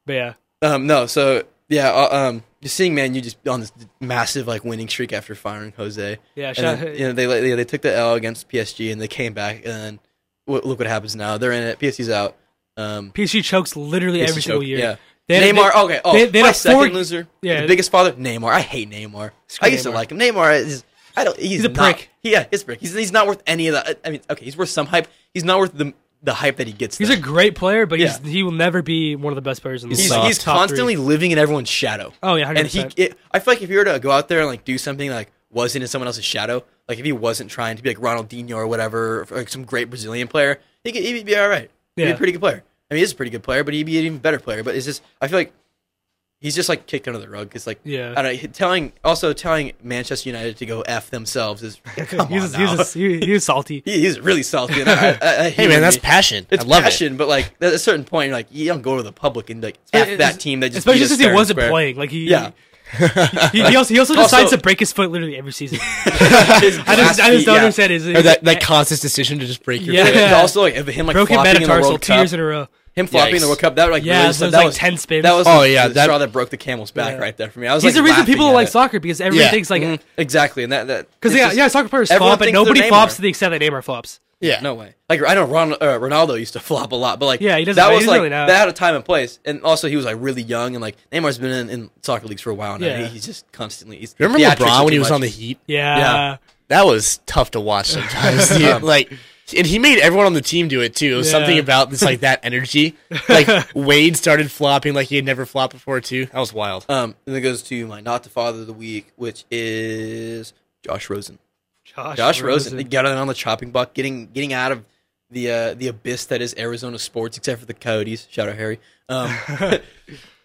Speaker 1: But yeah,
Speaker 3: Um, no, so yeah, uh, um, just seeing Man U just on this massive like winning streak after firing Jose.
Speaker 1: yeah.
Speaker 3: And
Speaker 1: Shout,
Speaker 3: then, you know they they- they took the L against PSG and they came back and then, wh- look what happens now. They're in it. PSG's out. Um,
Speaker 1: PSG chokes literally every
Speaker 3: PSG
Speaker 1: single
Speaker 3: choke,
Speaker 1: year.
Speaker 3: Yeah.
Speaker 1: They had-
Speaker 3: Neymar.
Speaker 1: they-
Speaker 3: okay. Oh,
Speaker 1: they- they had
Speaker 3: my
Speaker 1: a four-
Speaker 3: second loser.
Speaker 1: yeah.
Speaker 3: Yeah. The biggest father. Neymar. I hate Neymar.
Speaker 1: Screw
Speaker 3: I used
Speaker 1: Neymar.
Speaker 3: to like him. Neymar is. I don't. He's,
Speaker 1: He's a
Speaker 3: not-
Speaker 1: prick.
Speaker 3: He, yeah, he's a prick. He's, he's not worth any of that. I mean, okay, he's worth some hype. He's not worth the the hype that he gets.
Speaker 1: He's
Speaker 3: though.
Speaker 1: a great player, but he's,
Speaker 3: Yeah.
Speaker 1: he will never be one of the best players in the
Speaker 2: He's
Speaker 1: league.
Speaker 3: He's,
Speaker 2: soft.
Speaker 3: he's
Speaker 1: Top
Speaker 3: constantly
Speaker 1: three.
Speaker 3: living in everyone's shadow.
Speaker 1: Oh, yeah, 100%.
Speaker 3: And he, it, I feel like if you were to go out there and like do something like wasn't in someone else's shadow, like if he wasn't trying to be like Ronaldinho or whatever, or like some great Brazilian player, he could he'd be all right. He'd be
Speaker 1: Yeah.
Speaker 3: a pretty good player. I mean, he's a pretty good player, but he'd be an even better player. But it's just, I feel like he's just like kicked under the rug. It's like,
Speaker 1: Yeah.
Speaker 3: I don't know, telling also telling Manchester United to go f themselves is come
Speaker 1: He's,
Speaker 3: on now.
Speaker 1: he's, he- he's salty.
Speaker 3: He- he's really salty. And I, I, I,
Speaker 2: Hey, man, that's passion.
Speaker 3: it's
Speaker 2: I love
Speaker 3: passion, but like at a certain point, you're like you don't go to the public and like
Speaker 1: It-
Speaker 3: f
Speaker 1: it's-
Speaker 3: that team that just
Speaker 1: especially
Speaker 3: beat us
Speaker 1: since he
Speaker 3: fair and
Speaker 1: wasn't
Speaker 3: square.
Speaker 1: playing. Like he,
Speaker 3: Yeah,
Speaker 1: he, he also he also
Speaker 3: Also-
Speaker 1: decides to break his foot literally every season.
Speaker 3: His
Speaker 1: I just, I
Speaker 3: last
Speaker 1: just
Speaker 3: beat,
Speaker 1: don't
Speaker 3: yeah.
Speaker 1: understand. Is
Speaker 2: it. Or that, that constant decision to just break your
Speaker 1: Yeah.
Speaker 2: foot.
Speaker 3: And Also, like him like
Speaker 1: broken
Speaker 3: flopping in the
Speaker 1: metatarsal
Speaker 3: World
Speaker 1: two
Speaker 3: Cup,
Speaker 1: years in a row?
Speaker 3: him flopping in
Speaker 2: Yikes.
Speaker 3: the World Cup. That like
Speaker 1: Yeah,
Speaker 3: really,
Speaker 1: those,
Speaker 3: that
Speaker 1: like,
Speaker 3: was
Speaker 1: 10 spins.
Speaker 3: That was
Speaker 2: Oh, yeah,
Speaker 3: the
Speaker 2: that-
Speaker 3: straw that broke the camel's back
Speaker 1: Yeah.
Speaker 3: right there for me. I was
Speaker 1: He's
Speaker 3: like,
Speaker 1: the reason
Speaker 3: laughing
Speaker 1: people
Speaker 3: at
Speaker 1: don't like
Speaker 3: it.
Speaker 1: soccer because everyone
Speaker 2: Yeah.
Speaker 1: thinks like
Speaker 3: Mhm, exactly, and that that
Speaker 1: because
Speaker 3: it's
Speaker 1: yeah,
Speaker 3: just-
Speaker 1: yeah soccer players
Speaker 3: everyone
Speaker 1: flop, but
Speaker 3: thinks they're
Speaker 1: nobody
Speaker 3: Neymar.
Speaker 1: flops to the extent that Neymar flops.
Speaker 2: Yeah.
Speaker 3: No way. Like I know Ron, uh, Ronaldo used to flop a lot, but like
Speaker 1: Yeah, he doesn't-
Speaker 3: That
Speaker 1: he
Speaker 3: was
Speaker 1: doesn't
Speaker 3: like
Speaker 1: really know.
Speaker 3: that had a time and place, and also he was like really young, and like Neymar's been in, in soccer leagues for a while now.
Speaker 1: Yeah.
Speaker 3: He- he's just constantly. He's
Speaker 2: Remember
Speaker 3: theatrics are
Speaker 2: LeBron when
Speaker 3: too
Speaker 2: he was
Speaker 3: much.
Speaker 2: on the Heat?
Speaker 1: Yeah,
Speaker 3: Yeah.
Speaker 2: That was tough to watch sometimes. dude. like, and he made everyone on the team do it too. It was
Speaker 1: Yeah.
Speaker 2: something about this like that energy. Like Wade started flopping like he had never flopped before too. That was wild.
Speaker 3: Um, and then goes to my not the father of the week, which is Josh Rosen.
Speaker 1: Josh,
Speaker 3: Josh Rosen, Rosen. got on the chopping block, getting getting out of the uh, the abyss that is Arizona sports, except for the Coyotes. Shout out Harry. Um,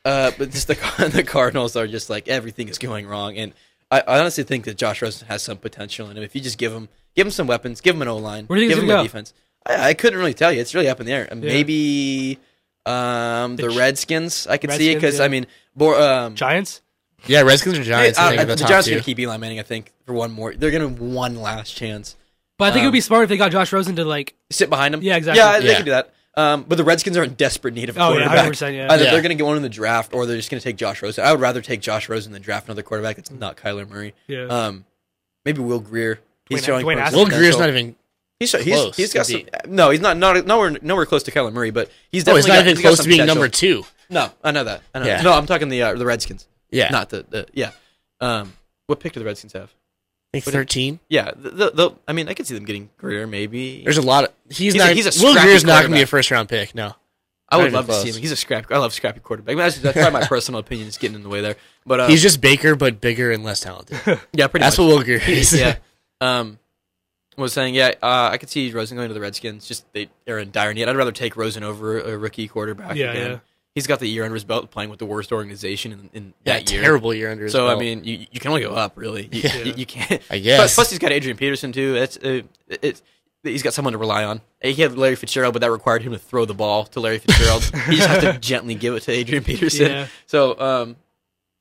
Speaker 3: uh, but just the Car- the Cardinals are just like everything is going wrong, and I, I honestly think that Josh Rosen has some potential in him. If you just give him give him some weapons, give him an O line,
Speaker 1: Where do you think he's
Speaker 3: give him
Speaker 1: gonna
Speaker 3: a
Speaker 1: go?
Speaker 3: defense. I, I couldn't really tell you. It's really up in the air. And
Speaker 1: Yeah.
Speaker 3: Maybe um, the
Speaker 1: Gi-
Speaker 3: Redskins. I could see
Speaker 1: Redskins,
Speaker 3: it because
Speaker 1: yeah.
Speaker 3: I mean, Bor- um,
Speaker 1: Giants.
Speaker 2: Yeah, Redskins or Giants.
Speaker 3: I,
Speaker 2: I
Speaker 3: I,
Speaker 2: think are
Speaker 3: the
Speaker 2: uh, the top
Speaker 3: Giants are
Speaker 2: two.
Speaker 3: gonna keep Eli Manning. I think for one more, they're gonna have one last chance.
Speaker 1: But I think it would
Speaker 3: Um,
Speaker 1: be smart if they got Josh Rosen to like.
Speaker 3: sit behind him.
Speaker 1: Yeah, exactly.
Speaker 3: Yeah, they
Speaker 2: Yeah.
Speaker 3: can do that. Um, but the Redskins are in desperate need of a
Speaker 1: Oh, yeah,
Speaker 3: quarterback.
Speaker 1: 100%, yeah.
Speaker 3: Either
Speaker 2: Yeah.
Speaker 3: they're going to get one in the draft, or they're just going to take Josh Rosen. I would rather take Josh Rosen than draft another quarterback that's not Kyler Murray.
Speaker 1: Yeah.
Speaker 3: Um, maybe Will Greer. He's
Speaker 1: Dwayne-
Speaker 3: showing
Speaker 1: Dwayne
Speaker 3: promise.
Speaker 1: Haskins.
Speaker 2: Will Greer's not even.
Speaker 3: He's, show- he's-
Speaker 2: close
Speaker 3: he's got
Speaker 2: to
Speaker 3: some. No, he's not. Not nowhere. Nowhere close to Kyler Murray, but he's
Speaker 2: Oh,
Speaker 3: definitely
Speaker 2: he's not
Speaker 3: got-
Speaker 2: even
Speaker 3: he's got
Speaker 2: close
Speaker 3: some
Speaker 2: to being
Speaker 3: potential.
Speaker 2: number two.
Speaker 3: No, I know that. I know.
Speaker 2: Yeah.
Speaker 3: That. No, I'm talking the uh, the Redskins.
Speaker 2: Yeah,
Speaker 3: Not the, the yeah. Um, what pick do the Redskins have?
Speaker 2: I think thirteen.
Speaker 3: Yeah, the, the, the I mean, I could see them getting Greer maybe.
Speaker 2: There's a lot of. He's,
Speaker 3: He's a-
Speaker 2: not.
Speaker 3: he's a
Speaker 2: Will
Speaker 3: scrappy
Speaker 2: Greer's not going to be a
Speaker 3: quarterback.
Speaker 2: first round pick. No.
Speaker 3: I
Speaker 2: Not
Speaker 3: would
Speaker 2: even
Speaker 3: love to
Speaker 2: close.
Speaker 3: see him. He's a scrappy. I love scrappy quarterback. I mean, that's, that's probably my personal opinion. It's getting in the way there, but uh,
Speaker 2: He's just Baker, but bigger and less talented.
Speaker 3: yeah, pretty
Speaker 2: That's
Speaker 3: much.
Speaker 2: what Will Greer is.
Speaker 3: yeah. Um, was saying yeah. Uh, I could see Rosen going to the Redskins. Just they are in dire need. I'd rather take Rosen over a rookie quarterback.
Speaker 1: Yeah,
Speaker 3: again.
Speaker 1: yeah.
Speaker 3: He's got the year under his belt, playing with the worst organization in, in
Speaker 2: Yeah,
Speaker 3: that year.
Speaker 2: terrible year under. His
Speaker 3: So I
Speaker 2: belt.
Speaker 3: mean, you, you can only go up, really. You,
Speaker 2: Yeah.
Speaker 3: you, you can't.
Speaker 2: I guess.
Speaker 3: Plus, plus, he's got Adrian Peterson too. That's uh, it's. He's got someone to rely on. He had Larry Fitzgerald, but that required him to throw the ball to Larry Fitzgerald. he just has to gently give it to Adrian Peterson.
Speaker 1: Yeah.
Speaker 3: So, um,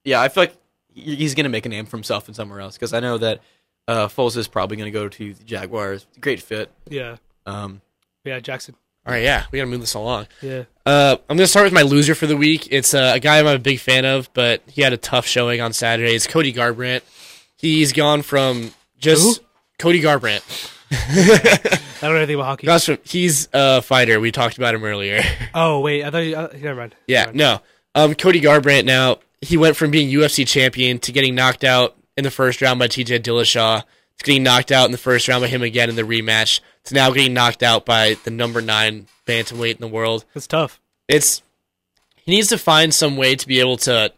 Speaker 3: yeah, I feel like he- he's going to make a name for himself and somewhere else because I know that uh, Foles is probably going to go to the Jaguars. Great fit.
Speaker 1: Yeah,
Speaker 3: Um,
Speaker 1: yeah, Jackson.
Speaker 2: all right, yeah, we got to move this along.
Speaker 1: Yeah,
Speaker 2: Uh, I'm gonna start with my loser for the week. It's uh, a guy I'm a big fan of, but he had a tough showing on Saturday. It's Cody Garbrandt. He's gone from just Cody Garbrandt.
Speaker 1: I don't know anything about hockey.
Speaker 2: Goes from he's a fighter. We talked about him earlier.
Speaker 1: Oh wait, I thought. You, uh, never mind.
Speaker 2: yeah, no. Um, Cody Garbrandt. Now he went from being UFC champion to getting knocked out in the first round by T.J. Dillashaw. To getting knocked out in the first round by him again in the rematch. To now getting knocked out by the number nine bantamweight in the world.
Speaker 1: That's tough.
Speaker 2: it's he needs to find some way to be able to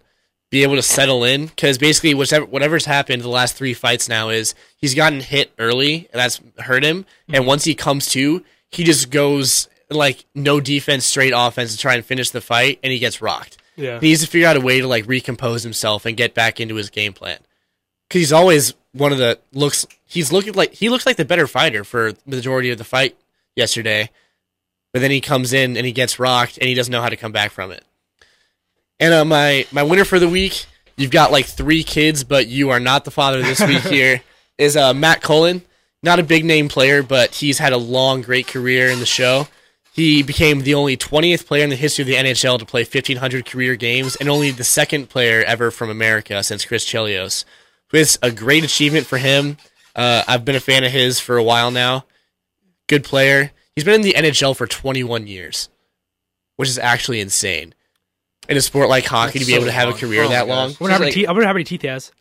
Speaker 2: be able to settle in because basically whatever whatever's happened the last three fights now is he's gotten hit early and that's hurt him. And once he comes to, he just goes like no defense, straight offense to try and finish the fight, and he gets rocked.
Speaker 1: Yeah.
Speaker 2: He needs to figure out a way to like recompose himself and get back into his game plan. Cause he's always one of the looks. He's looking like he looks like the better fighter for the majority of the fight yesterday, but then he comes in and he gets rocked and he doesn't know how to come back from it. And uh, my my winner for the week, you've got like three kids, but you are not the father this week. Here is uh, Matt Cullen, not a big name player, but he's had a long, great career in the show. He became the only 20th player in the history of the NHL to play 1,500 career games, and only the second player ever from America since Chris Chelios. So It's a great achievement for him. Uh, I've been a fan of his for a while now. Good player. He's been in the NHL for 21 years, which is actually insane. In a sport like hockey, to be
Speaker 3: so
Speaker 2: able to have a
Speaker 3: long.
Speaker 2: career
Speaker 3: Oh my
Speaker 2: that
Speaker 3: gosh.
Speaker 2: long,
Speaker 1: I wonder, how many
Speaker 3: Like-
Speaker 1: teeth, I wonder how many teeth he has.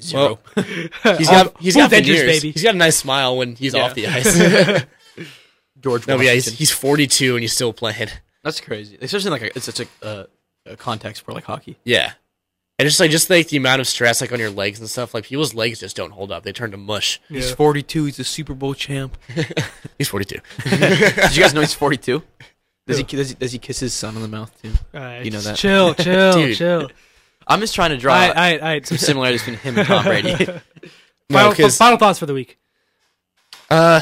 Speaker 3: Zero. uh,
Speaker 2: he's got
Speaker 1: Off-
Speaker 2: he's got
Speaker 1: Avengers,
Speaker 2: veneers.
Speaker 1: baby.
Speaker 2: He's got a nice smile when he's
Speaker 3: Yeah.
Speaker 2: off the ice.
Speaker 3: George
Speaker 2: no, but yeah, he's,
Speaker 3: Washington.
Speaker 2: he's 42 and he's still playing.
Speaker 3: That's crazy. Especially like a, it's such a, uh, a context for like hockey.
Speaker 2: Yeah. And just like just like the amount of stress like on your legs and stuff, like people's legs just don't hold up. They turn to mush.
Speaker 1: Yeah.
Speaker 3: 42. He's a Super Bowl champ.
Speaker 2: He's forty two.
Speaker 3: Did you guys know he's 42? Does he, does he does he kiss his son on the mouth too?
Speaker 1: Alright,
Speaker 3: You know
Speaker 1: just
Speaker 3: that.
Speaker 1: Chill, chill,
Speaker 2: Dude.
Speaker 1: chill.
Speaker 3: I'm just trying to draw
Speaker 1: All right, all right, all right.
Speaker 3: some similarities between him and Tom Brady.
Speaker 2: no,
Speaker 1: Final,
Speaker 2: because
Speaker 1: final thoughts for the week.
Speaker 2: uh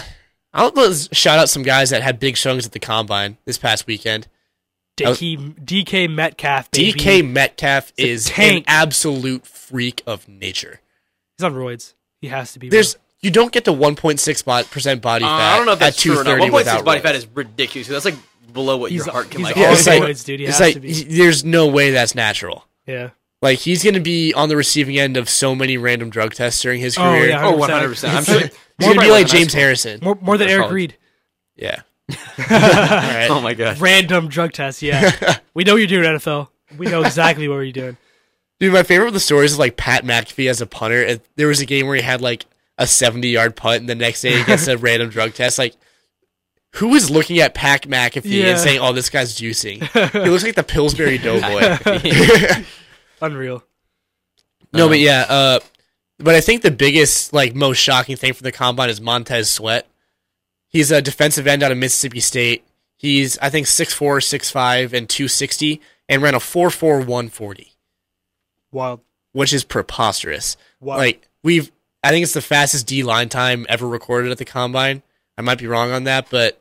Speaker 2: I'll let's shout out some guys that had big shungs at the combine this past weekend.
Speaker 1: DK, DK Metcalf, baby.
Speaker 2: DK Metcalf is an
Speaker 1: tank.
Speaker 2: absolute freak of nature.
Speaker 1: He's on roids. He has to be. bro.
Speaker 2: There's you don't get to one point six percent body
Speaker 3: Uh,
Speaker 2: fat.
Speaker 3: I don't know if that's
Speaker 2: at
Speaker 3: true or not.
Speaker 2: 230
Speaker 3: One point six
Speaker 2: without
Speaker 3: body
Speaker 2: roids.
Speaker 3: fat is ridiculous. That's like below what
Speaker 1: He's-
Speaker 3: your heart can
Speaker 1: he's
Speaker 3: like.
Speaker 2: Yeah,
Speaker 1: all
Speaker 2: it's like,
Speaker 1: steroids, dude. He
Speaker 2: it's
Speaker 1: has
Speaker 2: like
Speaker 1: to be.
Speaker 2: y- there's no way that's natural.
Speaker 1: Yeah.
Speaker 2: Like he's gonna be on the receiving end of so many random drug tests during his
Speaker 1: Oh,
Speaker 2: career.
Speaker 1: yeah.
Speaker 3: Oh, 100. percent I'm sure.
Speaker 2: He's gonna be like James Harrison.
Speaker 1: More, more than
Speaker 3: Or
Speaker 1: Eric
Speaker 3: college.
Speaker 1: Reed.
Speaker 2: Yeah.
Speaker 3: Oh my god.
Speaker 1: Random drug test. Yeah. we know you're doing NFL. We know exactly what you're doing.
Speaker 2: Dude, my favorite of the stories is like Pat McAfee as a punter. And There was a game where he had like a 70 yard punt, and the next day he gets a random drug test. Like, who is looking at Pat McAfee
Speaker 1: Yeah.
Speaker 2: and saying, oh, this guy's juicing? he looks like the Pillsbury Doughboy.
Speaker 1: Unreal.
Speaker 2: no, but yeah. Uh, but I think the biggest, like, most shocking thing from the combine is Montez Sweat. He's a defensive end out of Mississippi State. He's, I think, 6'4, 6'5, and 260, and ran a 4'4, 140.
Speaker 1: Wild.
Speaker 2: which is preposterous.
Speaker 1: Wow.
Speaker 2: Like we've, I think it's the fastest D line time ever recorded at the combine. I might be wrong on that, but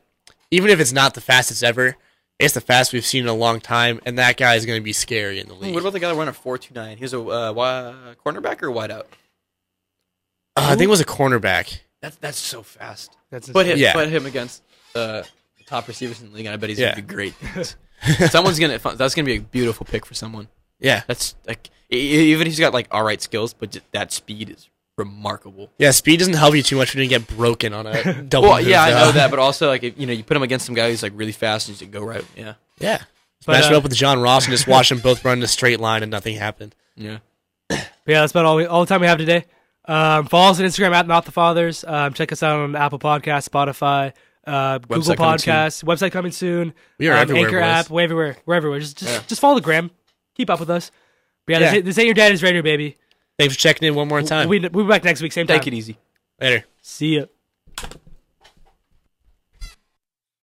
Speaker 2: even if it's not the fastest ever, it's the fastest we've seen in a long time, and that guy is going to be scary in the league.
Speaker 3: What about the guy that ran a four two nine? He was a uh, wi- cornerback or wideout.
Speaker 2: Uh, I think it was a cornerback.
Speaker 3: That's that's so fast.
Speaker 1: That's
Speaker 3: Put him,
Speaker 2: Yeah.
Speaker 3: put him against uh, the top receivers in the league, and I bet he's
Speaker 2: Yeah.
Speaker 3: gonna do great things. Someone's gonna. That's gonna be a beautiful pick for someone.
Speaker 2: Yeah,
Speaker 3: That's like e- e- even if he's got like all right skills, but ju- that speed is remarkable.
Speaker 2: yeah. Speed doesn't help you too much when you get broken on a double.
Speaker 3: Well,
Speaker 2: move,
Speaker 3: yeah, I
Speaker 2: though.
Speaker 3: know that, but also like if, you know, you put him against some guy who's like really fast and just go right. Yeah,
Speaker 2: Yeah,
Speaker 1: But,
Speaker 2: match him
Speaker 1: uh,
Speaker 2: up with John Ross and just watch them both run in a straight line, and nothing happened.
Speaker 3: yeah.
Speaker 1: But yeah, that's about all, we, all the time we have today. Um, follow us on Instagram at Not the Fathers. Um, check us out on Apple Podcasts, Spotify, uh, Google
Speaker 3: Website coming soon.
Speaker 1: Podcasts. Website coming soon.
Speaker 2: We are
Speaker 1: um,
Speaker 2: everywhere,
Speaker 1: Anchor
Speaker 2: boys.
Speaker 1: app. We're everywhere. We're everywhere. Just just, just follow the gram. Keep up with us. But yeah, This,
Speaker 2: Yeah. Uh.
Speaker 1: ain't, this ain't your daddy's radio, baby.
Speaker 2: Thanks for checking in one more time.
Speaker 1: We, we'll be back next week, same time.
Speaker 3: Take it easy.
Speaker 2: Later.
Speaker 1: See ya.